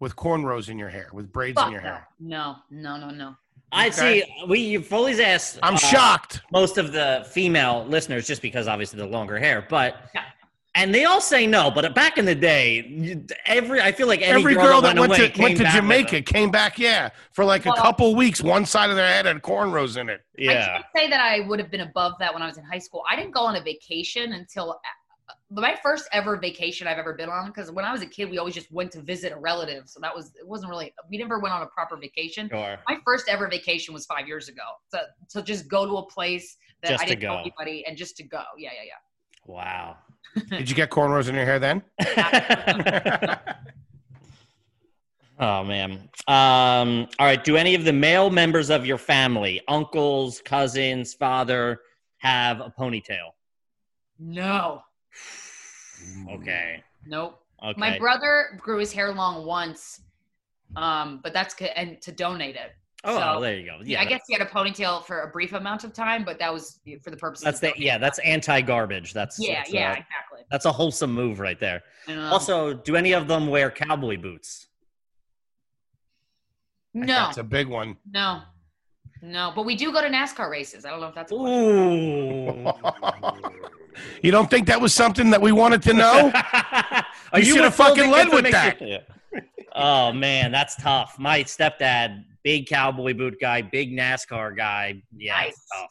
B: with cornrows in your hair, with braids in
D: Fuck
B: your
D: no.
B: hair?
D: No, no, no, no.
C: I
B: Okay.
C: see. We you Foley's asked.
B: I'm
C: uh,
B: shocked.
C: Most of the female listeners, just because obviously the longer hair, but.
D: Yeah.
C: And they all say no, but back in the day, you- every I feel like any
B: Every girl that went
C: away
B: to went
C: came
B: to
C: back with
B: Jamaica
C: it.
B: came back, yeah, for like a
D: Well-
B: couple weeks. One side of their head had cornrows in it.
D: I
C: Yeah,
D: can't say that I would have been above that when I was in high school. I didn't go on a vacation until uh, my first ever vacation I've ever been on. Because when I was a kid, we always just went to visit a relative, so that was it. wasn't really we never went on a proper vacation.
C: sure.
D: My first ever vacation was five years ago. So to just go to a place that
C: Just
D: I
C: to
D: didn't know
C: go.
D: anybody and just to go. Yeah, yeah, yeah.
C: Wow.
B: Did you get cornrows in your hair then?
C: Oh man. Um, all right. Do any of the male members of your family, uncles, cousins, father, have a ponytail?
D: No,
C: Hmm. Okay.
D: nope.
C: Okay.
D: My brother grew his hair long once, um, but that's good and to donate it.
C: oh,
D: so-
C: there you go. Yeah,
D: Yeah, I guess he had a ponytail for a brief amount of time, but that was for the purpose.
C: that's
D: of
C: the
D: donating.
C: yeah. That's anti-garbage. That's
D: yeah,
C: that's, uh,
D: yeah, exactly.
C: that's a wholesome move right there.
D: And, um,
C: Also, do any of them wear cowboy boots?
D: no,
B: That's a big one.
D: no, no. But we do go to NASCAR races. I don't know if that's. a question.
C: Ooh.
B: you don't think that was something that we wanted to know?
C: Are
B: Oh. You shoulda
C: withholding
B: fucking led with
C: information? oh man, that's tough. My stepdad, big cowboy boot guy, big NASCAR guy. Yeah, it's
D: Nice.
C: tough.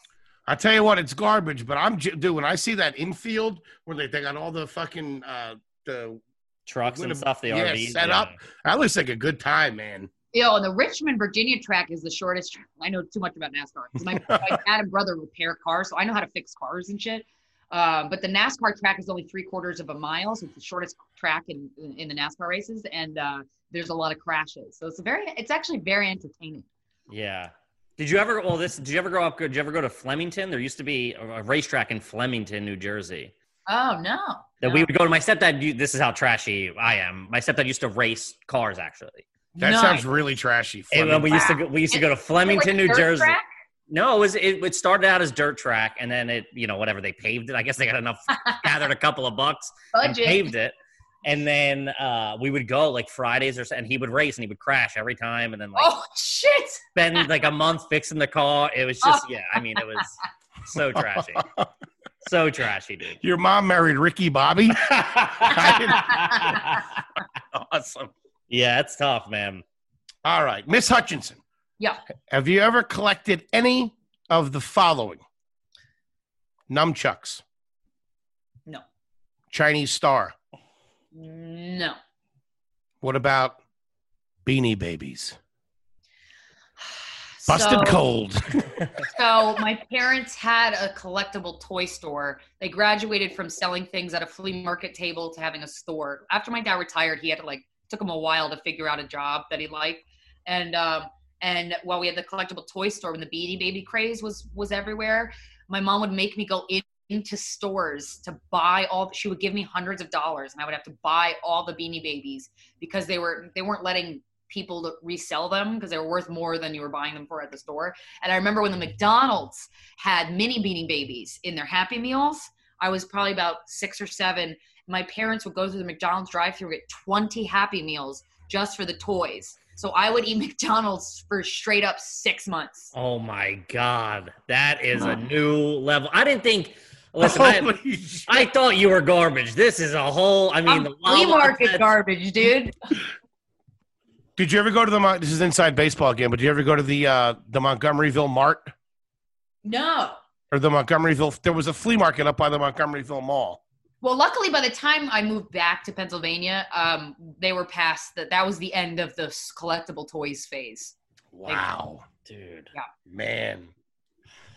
B: I tell you what, it's garbage. But I'm j- dude. When I see that infield where they, they got all the fucking uh, the
C: Trucks and
B: Would've-
C: stuff. The
B: yeah,
C: RVs.
B: set up. that looks like a good time, man.
D: Yo, and the Richmond, Virginia track is the shortest. Track. I know too much about NASCAR. 'cause My, my dad and brother repair cars, so I know how to fix cars and shit. Um, but the NASCAR track is only three quarters of a mile, so it's the shortest track in in the NASCAR races, and uh, there's a lot of crashes. So it's a very, it's actually very entertaining.
C: Yeah. Did you ever? Well, this. Did you ever grow up? Did you ever go to Flemington? There used to be a, a racetrack in Flemington, New Jersey.
D: Oh no,
C: That
D: no.
C: we would go to. My stepdad. u- This is how trashy I am. My stepdad used to race cars. Actually,
B: That
D: Nice.
B: sounds really trashy.
C: and when we used to go, we used to go to Flemington, New
D: Dirt
C: Jersey.
D: track?
C: No, it was it, it started out as dirt track, and then it you know whatever they paved it. I guess they got enough, gathered a couple of bucks, and
D: budget.
C: paved it. And then uh, we would go like Fridays or so, and he would race and he would crash every time, and then like
D: Oh shit!
C: spend like a month fixing the car. It was
D: Oh.
C: just yeah, I mean it was so trashy, so trashy, dude.
B: Your mom married Ricky Bobby.
C: yeah,
B: awesome.
C: it's tough, man.
B: All right, Miss Hutchinson.
D: Yeah.
B: Have you ever collected any of the following? Nunchucks,
D: No,
B: Chinese star.
D: no.
B: What about beanie babies? Busted
D: So-
B: cold.
D: So my parents had a collectible toy store. They graduated from selling things at a flea market table to having a store. After my dad retired, he had to like took him a while to figure out a job that he liked. And um, and while we had the collectible toy store, when the Beanie Baby craze was was everywhere, my mom would make me go in, into stores to buy all. She would give me hundreds of dollars, and I would have to buy all the Beanie Babies because they were they weren't letting people to resell them because they were worth more than you were buying them for at the store. And I remember when the McDonald's had mini beanie babies in their Happy Meals. I was probably about six or seven. My parents would go through the McDonald's drive-through and get 20 Happy Meals just for the toys. So I would eat McDonald's for straight up six months.
C: Oh my god, that is a new level. I didn't think. Listen, I,
B: Holy shit.
C: I thought you were garbage. This is a whole. I mean,
D: I'm flea
C: Wawa
D: market
C: pets-
D: garbage, dude.
B: Did you ever go to the? Mon- This is inside baseball again, but did you ever go to the uh, the Montgomeryville Mart
D: No.
B: or the Montgomeryville? There was a flea market up by the Montgomeryville Mall.
D: Well, luckily, by the time I moved back to Pennsylvania, um, they were past that. That was the end of the s- collectible toys phase.
B: Wow,
C: dude.
B: man,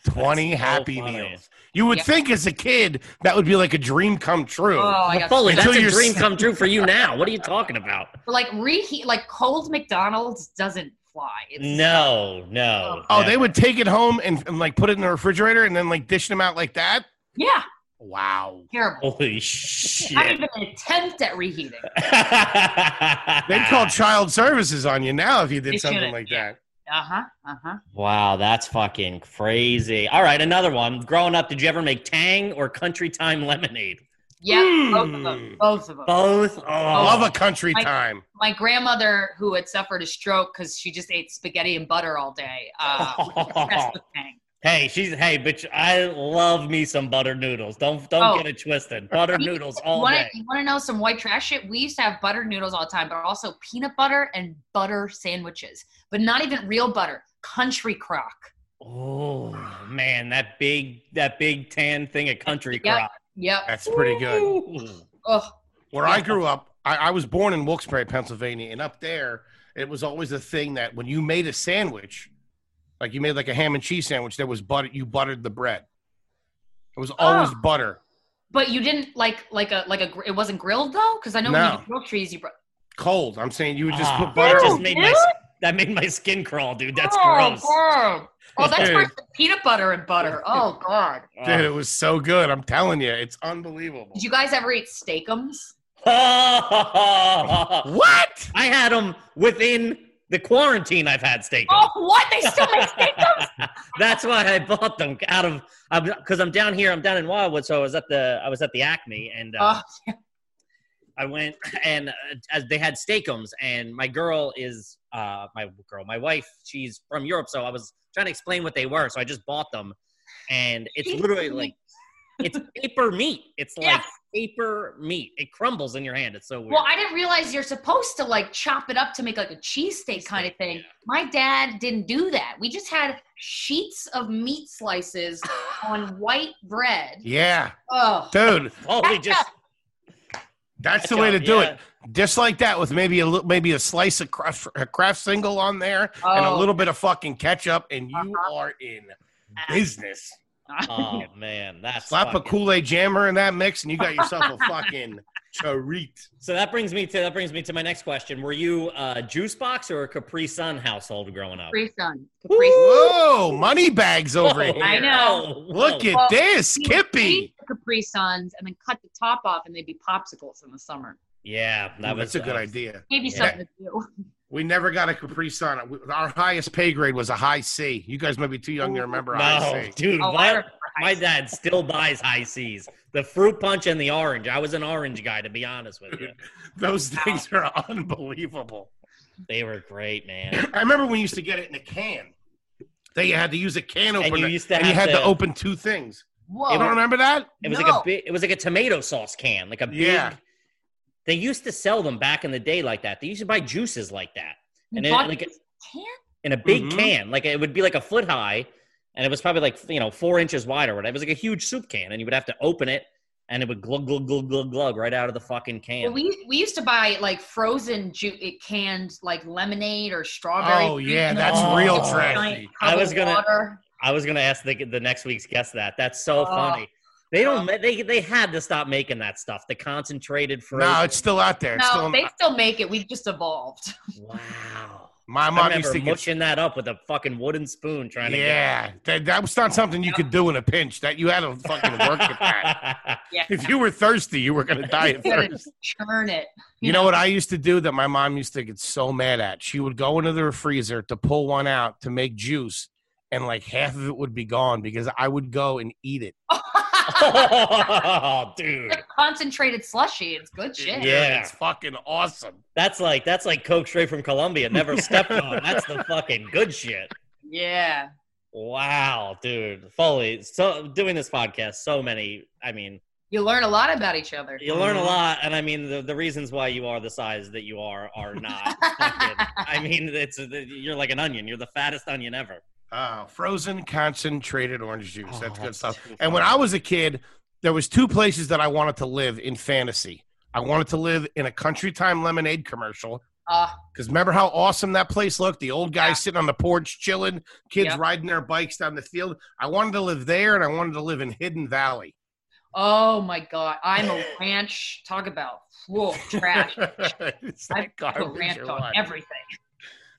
B: twenty
C: That's so
B: Happy
C: funny.
B: Meals. You would
D: Yeah.
B: think as a kid that would be like a dream come true.
D: Oh, I got
C: Foley, that's
B: Until
C: a
B: you're
C: dream
B: s-
C: come true for you now. What are you talking about?
D: But like reheat, like cold McDonald's doesn't fly. It's,
C: No, no.
B: oh,
C: never.
B: they would take it home and, and like put it in the refrigerator and then like dish them out like that.
D: Yeah,
B: Wow,
D: terrible.
C: Holy Oh,
D: Not
C: shit.
D: even an attempt at reheating.
B: they'd call
C: Ah.
B: child services on you now if you did
D: They
B: something
D: should've,
B: like
D: yeah.
B: that.
D: Uh huh. Uh huh.
C: Wow, that's fucking crazy. All right, another one. Growing up, did you ever make Tang or Country Time lemonade?
D: Yeah, both of
C: Hmm.
D: them.
B: Mm.
D: Both of them.
C: Both. Oh,
B: Love a country
D: I-
B: time.
D: My grandmother, who had suffered a stroke because she just ate spaghetti and butter all day, uh, was obsessed with Tang.
C: Hey, she's hey, bitch. I love me some butter noodles. Don't don't
D: Oh.
C: get it twisted. Butter noodles all
D: wanna,
C: day.
D: You want to know some white trash shit? We used to have butter noodles all the time, but also peanut butter and butter sandwiches, but not even real butter. Country crock.
C: Oh man, that big that big tan thing at Country
D: Yep,
C: Crock.
D: Yep.
B: That's pretty good.
C: Ooh.
D: Oh,
B: Where I grew up, I, I was born in Wilkes-Barre, Pennsylvania, and up there, it was always a thing that when you made a sandwich, like you made like a ham and cheese sandwich, there was butter. You buttered the bread. It was always butter.
D: But you didn't like like a like a gr- it wasn't grilled though because I know when
B: No.
D: you do grilled trees you br-
B: Cold. I'm saying you would just
C: Ah,
B: put butter.
C: that just
D: Ew,
C: made my
D: dude.
C: s- that made my skin crawl, dude. That's
D: Oh,
C: gross.
D: God. Oh, that's
B: Dude.
D: worse than peanut butter and butter. Oh god.
B: Dude, it was so good. I'm telling you, it's unbelievable.
D: Did you guys ever eat steakums?
C: what? Ah. I had them within the quarantine. I've had steak.
D: Oh, what? They still make steakums?
C: That's why I bought them out of because I'm, down here. I'm down in Wildwood, so I was at the I was at the Acme, and
D: Oh,
C: uh, I went and uh, as they had steakums, and my girl is uh, my girl, my wife. She's from Europe, so I was trying to explain what they were. So I just bought them, and it's literally like it's paper meat. It's like
D: Yeah.
C: paper meat. It crumbles in your hand. It's so weird.
D: Well, I didn't realize you're supposed to like chop it up to make like a cheesesteak kind of thing. My dad didn't do that. We just had sheets of meat slices on white bread.
B: Yeah,
D: Oh,
B: dude,
C: oh, we just
B: that's the
C: Ketchup,
B: way to do
C: yeah.
B: it. Just like that, with maybe a little, maybe a slice of craft, a craft single on there, and a
D: Oh.
B: little bit of fucking ketchup, and you are in business.
C: oh man, that's
B: Slap a
C: fucking-
B: Kool Aid jammer in that mix, and you got yourself a fucking treat.
C: So that brings me to that brings me to my next question. Were you a juice box or a Capri Sun household growing up?
D: Capri Sun. Capri Sun.
B: Whoa, money bags over
C: Whoa,
B: here.
D: I know.
C: whoa,
B: Look
C: whoa.
B: at
D: Well,
B: this,
D: You would eat
B: Kippy.
D: the Capri Suns and then cut the top off, and they'd be popsicles in the summer.
C: yeah, that was
B: That's a good
C: uh,
B: idea.
D: Maybe
C: Yeah.
D: something to do.
B: We never got a Capri Sun. We- Our highest pay grade was a high C. You guys might be too young to remember a
C: No,
B: high C.
C: dude,
D: Oh, I
C: my,
D: remember
C: my dad still buys high C's. The fruit punch and the orange. I was an orange guy, to be honest with you.
B: Those things are unbelievable.
C: They were great, man.
B: I remember when we used to get it in a can. That you had to use a can opener,
C: you used to
B: and you
C: have
B: had to
C: to-
B: open two things.
D: Whoa.
B: You don't remember that?
C: It was
D: No.
C: like a big. It was like a tomato sauce can, like a big.
B: Yeah.
C: They used to sell them back in the day like that. They used to buy juices like that.
D: You
C: and it-
D: bought
C: like-
D: this can?
C: in a big
B: Mhm.
C: can. Like it would be like a foot high, and it was probably like you know four inches wide or whatever. It was like a huge soup can, and you would have to open it, and it would glug glug glug glug glug right out of the fucking can.
D: Well, we we used to buy like frozen ju- it canned like lemonade or strawberry.
B: Oh, yeah,
D: juice.
B: that's
D: Oh,
C: real
D: giant
B: trashy.
D: cup
C: I
D: of
C: was gonna-
D: water.
C: I was gonna ask the, the next week's guest that. That's so
D: Oh.
C: funny. They don't. ma- They they had to stop making that stuff. The concentrated frozen.
B: No, it's still out there. It's
D: No,
B: still in-
D: they still make it. We've just evolved.
C: wow.
B: my
C: I
B: mom used
C: remember
B: to get.
C: mushing that up with a fucking wooden spoon, trying to get.
B: Yeah, that, that was not something you could do in a pinch. That you had to fucking work at that.
D: Yeah,
B: If you were thirsty, you were gonna die of
D: You gotta
B: thirst.
D: churn it.
B: You know what I used to do that my mom used to get so mad at? She would go into the freezer to pull one out to make juice, and like half of it would be gone because I would go and eat it.
C: oh, dude,
D: Concentrated slushy. It's good shit.
C: Yeah.
B: it's fucking awesome.
C: that's like that's like Coke straight from Colombia, never stepped on. That's the fucking good shit.
D: Yeah.
C: Wow, dude, Foley. So doing this podcast, so many. I mean,
D: You learn a lot about each other.
C: you learn a lot, and I mean, the, the reasons why you are the size that you are are not. fucking- I mean, it's uh, you're like an onion. You're the fattest onion ever.
B: Uh, frozen concentrated orange juice.
C: Oh,
B: that's good
C: that's
B: stuff.
C: too
B: And when
C: funny.
B: I was a kid, there was two places that I wanted to live in fantasy. I wanted to live in a country time lemonade commercial
D: Uh,
B: Because remember how awesome that place looked? The old guys
D: Yeah.
B: sitting on the porch chilling, kids
D: Yeah.
B: riding their bikes down the field. I wanted to live there and I wanted to live in Hidden Valley.
D: oh my god. I'm a ranch. Talk about whoa trash.
B: it's
D: I
B: like
D: put
B: garbage.
D: ranch
B: or
D: on
B: what?
D: everything.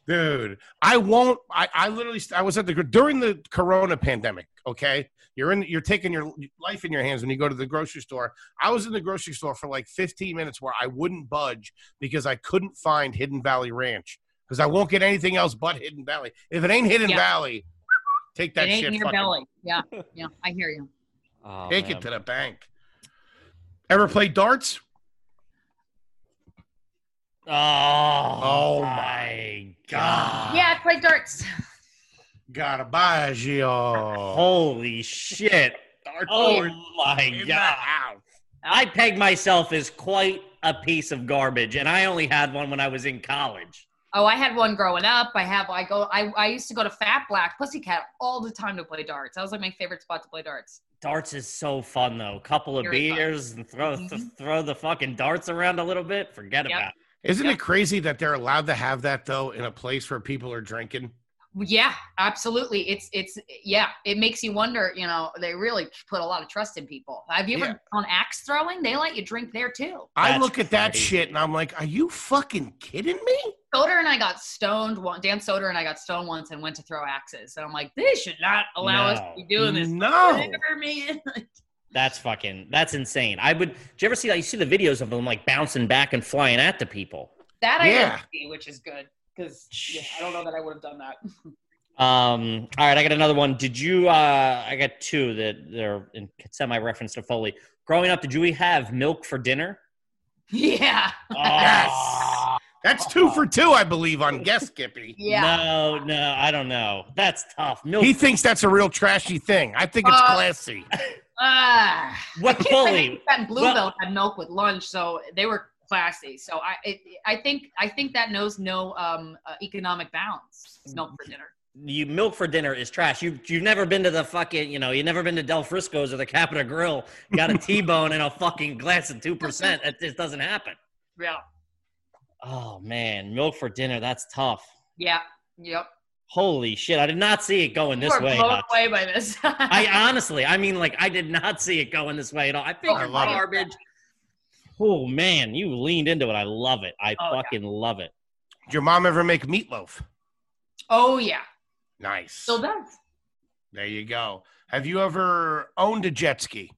B: Dude, I won't. I, I literally, st- I was at the, gr- during the corona pandemic, okay? You're in, you're taking your life in your hands when you go to the grocery store. I was in the grocery store for like 15 minutes where I wouldn't budge because I couldn't find Hidden Valley Ranch because I won't get anything else but Hidden Valley. If it ain't Hidden
D: Yeah.
B: Valley, take that
D: it ain't
B: shit
D: in your
B: fucking-
D: belly. Yeah. Yeah. I hear you.
C: Oh,
B: Take it to the bank. Ever play darts?
C: Oh,
B: Oh
C: my god.
D: Yeah, I play darts.
B: Garbaggio.
C: Holy shit.
B: Dart
C: Oh
B: board
C: my
B: in the
C: god.
B: house.
C: I pegged myself as quite a piece of garbage, and I only had one when I was in college.
D: Oh, I had one growing up. I have. I go. I, I used to go to Fat Black Pussycat all the time to play darts. That was like my favorite spot to play darts.
C: Darts is so fun though. Couple of
D: Very fun. Mm-hmm.
C: beers and throw th- throw the fucking darts around a little bit. Forget
D: Yep.
C: about
B: Isn't it crazy that they're allowed to have that though in a place where people are drinking?
D: Yeah, absolutely. It's it's yeah. It makes you wonder. You know, they really put a lot of trust in people. Have you ever
B: Yeah.
D: on axe throwing? They let you drink there too.
B: I
C: That's
B: look at that
C: crazy.
B: shit and I'm like, are you fucking kidding me?
D: Soder and I got stoned. One, Dan Soder and I got stoned once and went to throw axes. And I'm like, this should not allow us
C: No.
D: to be doing this.
B: No.
D: Murder me.
C: That's fucking. That's insane. I would. Do you ever see that? You see the videos of them like bouncing back and flying at the people.
D: That I
B: Yeah.
D: didn't see, which is good because yeah, I don't know that I would have done that.
C: Um. All right, I got another one. Did you? uh I got two that they're in semi reference to Foley. Growing up, did you have milk for dinner?
D: yeah.
C: Oh,
B: That's two for two, I believe, on guest Skippy.
D: Yeah.
C: No, no, I don't know. That's tough. Milk.
B: He thinks that's a real trashy thing. I think it's
D: Uh,
B: classy.
D: Ah.
C: what
D: Kids I
C: Foley?
D: think in Bluebell
C: Well-
D: had milk with lunch, so they were classy. So I, it, I think, I think that knows no um, uh, economic bounds.
C: Mm-hmm.
D: It's milk for dinner.
C: you milk for dinner is trash. You you've never been to the fucking you know you've never been to Del Frisco's or the Capita Grill. Got a T-bone and a fucking glass of two percent. That just doesn't happen.
D: Yeah.
C: Oh man, milk for dinner. That's tough.
D: Yeah. Yep.
C: Holy shit! I did not see it going
D: you
C: this
D: are
C: way.
D: blown
C: Hutch.
D: away by this.
C: I honestly, I mean, like I did not see it going this way at all. I
D: I
C: figured
B: love it.
C: garbage. Oh man, you leaned into it. I love it. I
D: Oh, yeah.
C: fucking love it.
B: Did your mom ever make meatloaf?
D: oh yeah.
B: Nice.
D: Still does.
B: there you go. Have you ever owned a jet ski?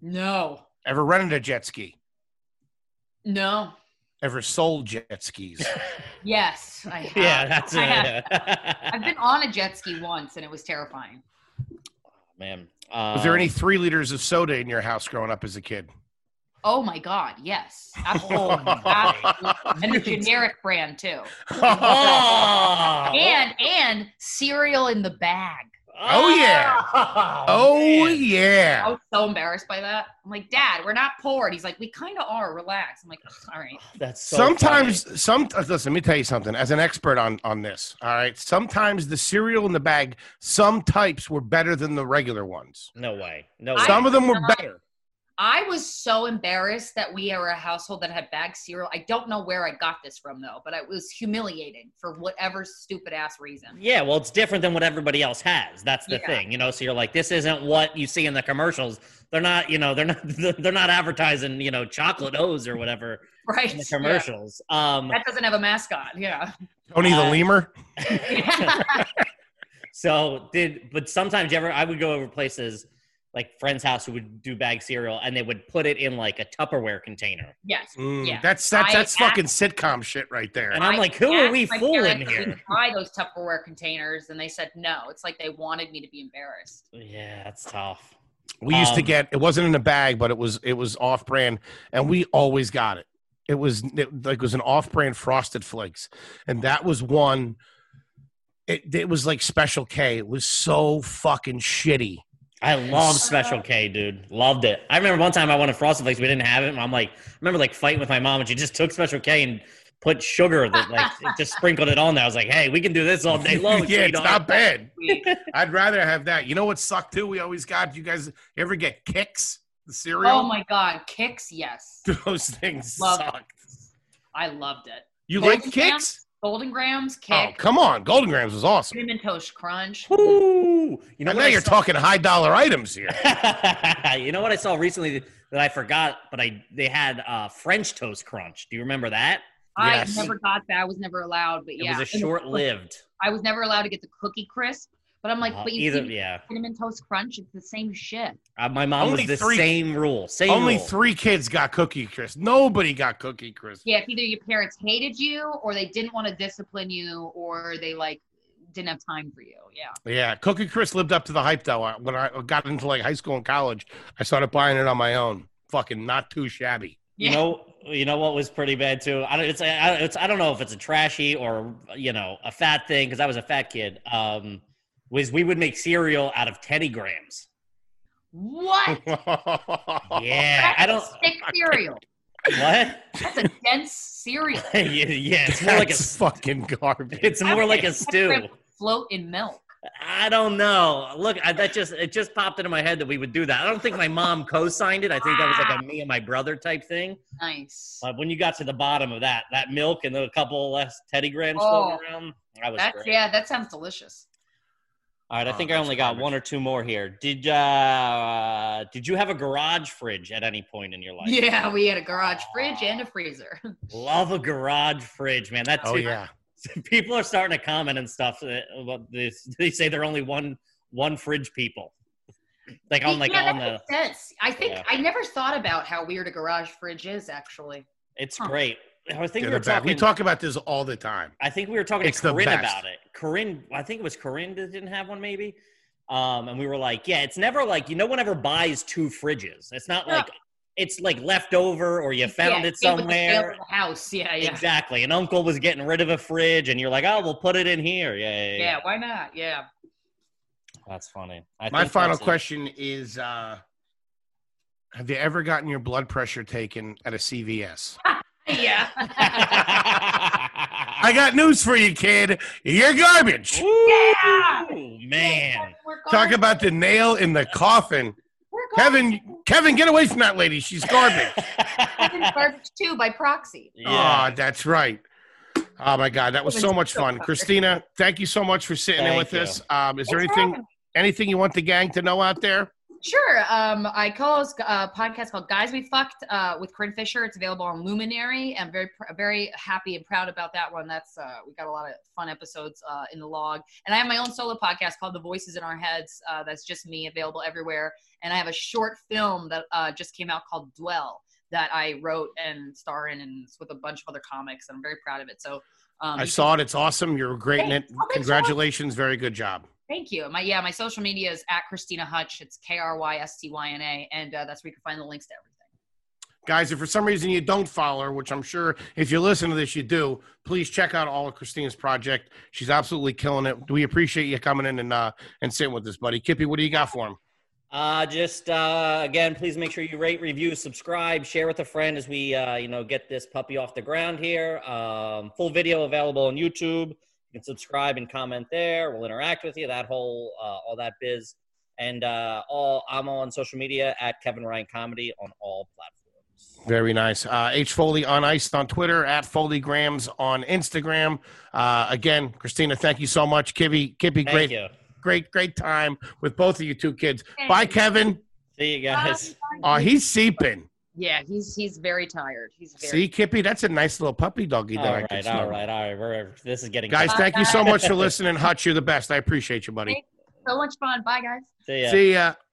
D: No.
B: Ever rented a jet ski?
D: No.
B: Ever sold jet skis?
D: Yes. I have.
C: Yeah, that's uh,
D: I have.
C: it.
D: I've been on a jet ski once and it was terrifying.
C: man.
B: Was there
C: um,
B: any three liters of soda in your house growing up as a kid?
D: Oh my God. Yes. Absolutely. and a generic brand too.
C: Oh,
D: And, and cereal in the bag.
B: Oh, yeah.
C: Oh,
B: Oh
C: man.
D: I
B: yeah.
D: was so embarrassed by that. I'm like, Dad, we're not poor. And he's like, we kind of are. Relax. I'm like, "Ugh, all right.
C: That's so
B: Sometimes,
C: funny.
B: some listen. Let me tell you something. As an expert on on this, all right. Sometimes the cereal in the bag, some types were better than the regular ones.
C: No way. No way.
D: I-
B: Some of them were better.
D: I was so embarrassed that we are a household that had bag cereal. I don't know where I got this from though, but it was humiliating for whatever stupid ass reason.
C: yeah, well, it's different than what everybody else has. That's the
D: Yeah.
C: thing, you know. So you're like, this isn't what you see in the commercials. They're not, you know, they're not, they're not advertising, you know, chocolate O's or whatever
D: Right.
C: in the
D: Yeah.
C: commercials. Um,
D: That doesn't have a mascot. Yeah.
B: Tony the
C: Uh,
B: lemur.
C: So did but sometimes you ever I would go over places like friends' house who would do bag cereal and they would put it in like a Tupperware container.
D: yes.
B: Mm,
D: yeah.
B: That's that's
D: I
B: that's
D: act-
B: fucking sitcom shit right there.
C: And I'm
D: I
C: like, who
D: asked
C: are we
D: my
C: fooling
D: parents if we
C: here?
D: could Buy those Tupperware containers, and they said no. It's like they wanted me to be embarrassed.
C: Yeah, that's tough.
B: We used to
C: um,
B: get it wasn't in a bag, but it was it was off brand, and we always got it. It was it, like it was an off brand Frosted Flakes, and that was one. It, it was like Special K. It was so fucking shitty.
C: I
B: Uh-huh.
C: love Special K, dude. Loved it. I remember one time I wanted Frosted Flakes, we didn't have it, and I'm like, I remember like fighting with my mom, and she just took Special K and put sugar that like it just sprinkled it on there. I was like, hey, we can do this all day long.
B: yeah, it's
C: sweetheart.
B: not bad.
D: We-
B: I'd rather have that. You know what sucked too? We always got you guys ever get kicks? The cereal?
D: oh my god, kicks! Yes,
B: Those things
D: Love it.
B: sucked.
D: I loved it.
B: You
D: Golden
B: like kicks?
D: Golden Grams,
B: Oh,
D: kick,
B: come on. Golden Grams was awesome.
D: cinnamon toast crunch.
C: Ooh, you know
B: And
C: what
B: now
C: I
B: you're
C: saw-
B: talking high dollar items here.
C: you know what I saw recently that I forgot, but I they had uh, French toast crunch. Do you remember that?
D: I
B: Yes.
D: never got that. I was never allowed. But
C: It
D: yeah,
C: was a short lived.
D: I was never allowed to get the cookie crisp. But I'm like, but you
C: Uh, either
D: see
C: yeah,
D: cinnamon toast crunch. It's the same shit.
C: uh, my mom
B: Only
C: was the
B: three-
C: same rule. Same
B: Only
C: rule.
B: three kids got Cookie Crisp. Nobody got Cookie Crisp.
D: Yeah, if either your parents hated you, or they didn't want to discipline you, or they like didn't have time for you. Yeah.
B: Yeah, Cookie Crisp lived up to the hype though. I- When I got into like high school and college, I started buying it on my own. Fucking not too shabby.
C: You know, you know what was pretty bad too. I don't. It's I, it's, I don't know if it's a trashy or you know a fat thing because I was a fat kid. Um, was we would make cereal out of Teddy grams.
D: What? Oh.
C: Yeah,
D: That's
C: I don't.
D: a thick cereal.
C: What?
D: That's a dense cereal.
C: yeah, yeah, it's more like a.
B: That's fucking garbage.
C: It's more like a
D: That's
C: stew.
D: gonna Float in milk.
C: I don't know. Look, I, that just it just popped into my head that we would do that. I don't think my mom co-signed it. I think that was like a me and my brother type thing.
D: Nice.
C: But when you got to the bottom of that, that milk and the couple less Teddy grams
D: Oh.
C: floating around, that was
D: That's
C: great.
D: yeah. That sounds delicious.
C: All right, I
B: Oh,
C: think I
B: that's
C: only got
B: garbage.
C: one or two more here. Did uh did you have a garage fridge at any point in your life?
D: Yeah, we had a garage fridge and a freezer.
C: Love a garage fridge, man. That's
B: oh yeah.
C: people are starting to comment and stuff. uh, about this. They say they're only one one fridge people. Like on like
D: yeah,
C: on
D: that
C: the
D: makes sense. I think
C: Yeah.
D: I never thought about how weird a garage fridge is actually.
C: it's
D: Huh.
C: great. I
B: Get
C: think we were
B: it back.
C: talking
B: We talk about this all the time.
C: I think we were talking
B: It's
C: to
B: the
C: Corinne
B: best.
C: about it. Corinne, I think it was Corinne that didn't have one, maybe. Um, and we were like, yeah, it's never like you. No one ever buys two fridges. It's not
D: No.
C: like it's like leftover or you found
D: Yeah,
C: it
D: same with the sale
C: somewhere.
D: of the house. Yeah, yeah,
C: Exactly. An uncle was getting rid of a fridge, and you're like, oh, we'll put it in here. Yeah, yeah, yeah.
D: yeah. Why not? Yeah.
C: That's funny. I
B: My
C: think
B: final
C: that's it.
B: question is uh, Have you ever gotten your blood pressure taken at a CVS?
D: Yeah.
B: I got news for you, kid. You're garbage.
C: Ooh, Oh, man.
D: We're
B: Talk
D: garbage.
B: about the nail in the coffin.
D: We're garbage.
B: Kevin, Kevin, get away from that lady. She's garbage.
D: Kevin's garbage too by proxy.
B: Ah, that's right. Oh my God, that was so much fun, Christina. Thank you so much for sitting in
C: Thank
B: with
C: you.
B: us. Um, is there
D: Thanks for
B: anything
D: having me.
B: anything you want the gang to know out there?
D: Sure. Um, I co-host a podcast called Guys We Fucked uh, with Corinne Fisher. It's available on Luminary. I'm very, pr- very happy and proud about that one. That's uh, we got a lot of fun episodes uh, in the log. And I have my own solo podcast called The Voices in Our Heads. Uh, that's just me, available everywhere. And I have a short film that uh, just came out called Dwell that I wrote and star in, and it's with a bunch of other comics. I'm very proud of it. So um,
B: I
D: you
B: saw it. It's awesome. You're great in it.
D: Thanks. Oh, thanks so much.
B: Congratulations. Very good job.
D: Thank you. My yeah, my social media is at Christina Hutch. It's K R Y S T Y N A, and uh, that's where you can find the links to everything.
B: Guys, if for some reason you don't follow her, which I'm sure if you listen to this, you do, please check out all of Christina's project. She's absolutely killing it. We appreciate you coming in and uh, and sitting with us, buddy. Kippy, what do you got for him?
C: Uh, just uh, again, please make sure you rate, review, subscribe, share with a friend as we uh, you know get this puppy off the ground here. Um, full video available on YouTube. You can subscribe and comment there. We'll interact with you. That whole uh, all that biz, and uh, all I'm on social media at Kevin Ryan Comedy on all platforms.
B: Very nice. Uh, H Foley on Ice on Twitter, at Foleygrams on Instagram. Uh, again, Christina, thank you so much. Kippy, Kippy,
C: Thank
B: great,
C: you.
B: great, great time with both of you two kids. Bye, Kevin.
C: See you guys.
B: Uh, he's seeping.
D: yeah, he's he's very tired. He's very
B: See, Kippy, that's a nice little puppy doggy that
C: all
B: I could
C: right,
B: snuggle.
C: all right, all right. We're, this is getting
B: Guys,
D: Bye.
B: thank you so much for listening. Hutch, you're the best. I appreciate you, buddy.
D: so much fun. Bye, guys.
C: See ya.
B: See ya.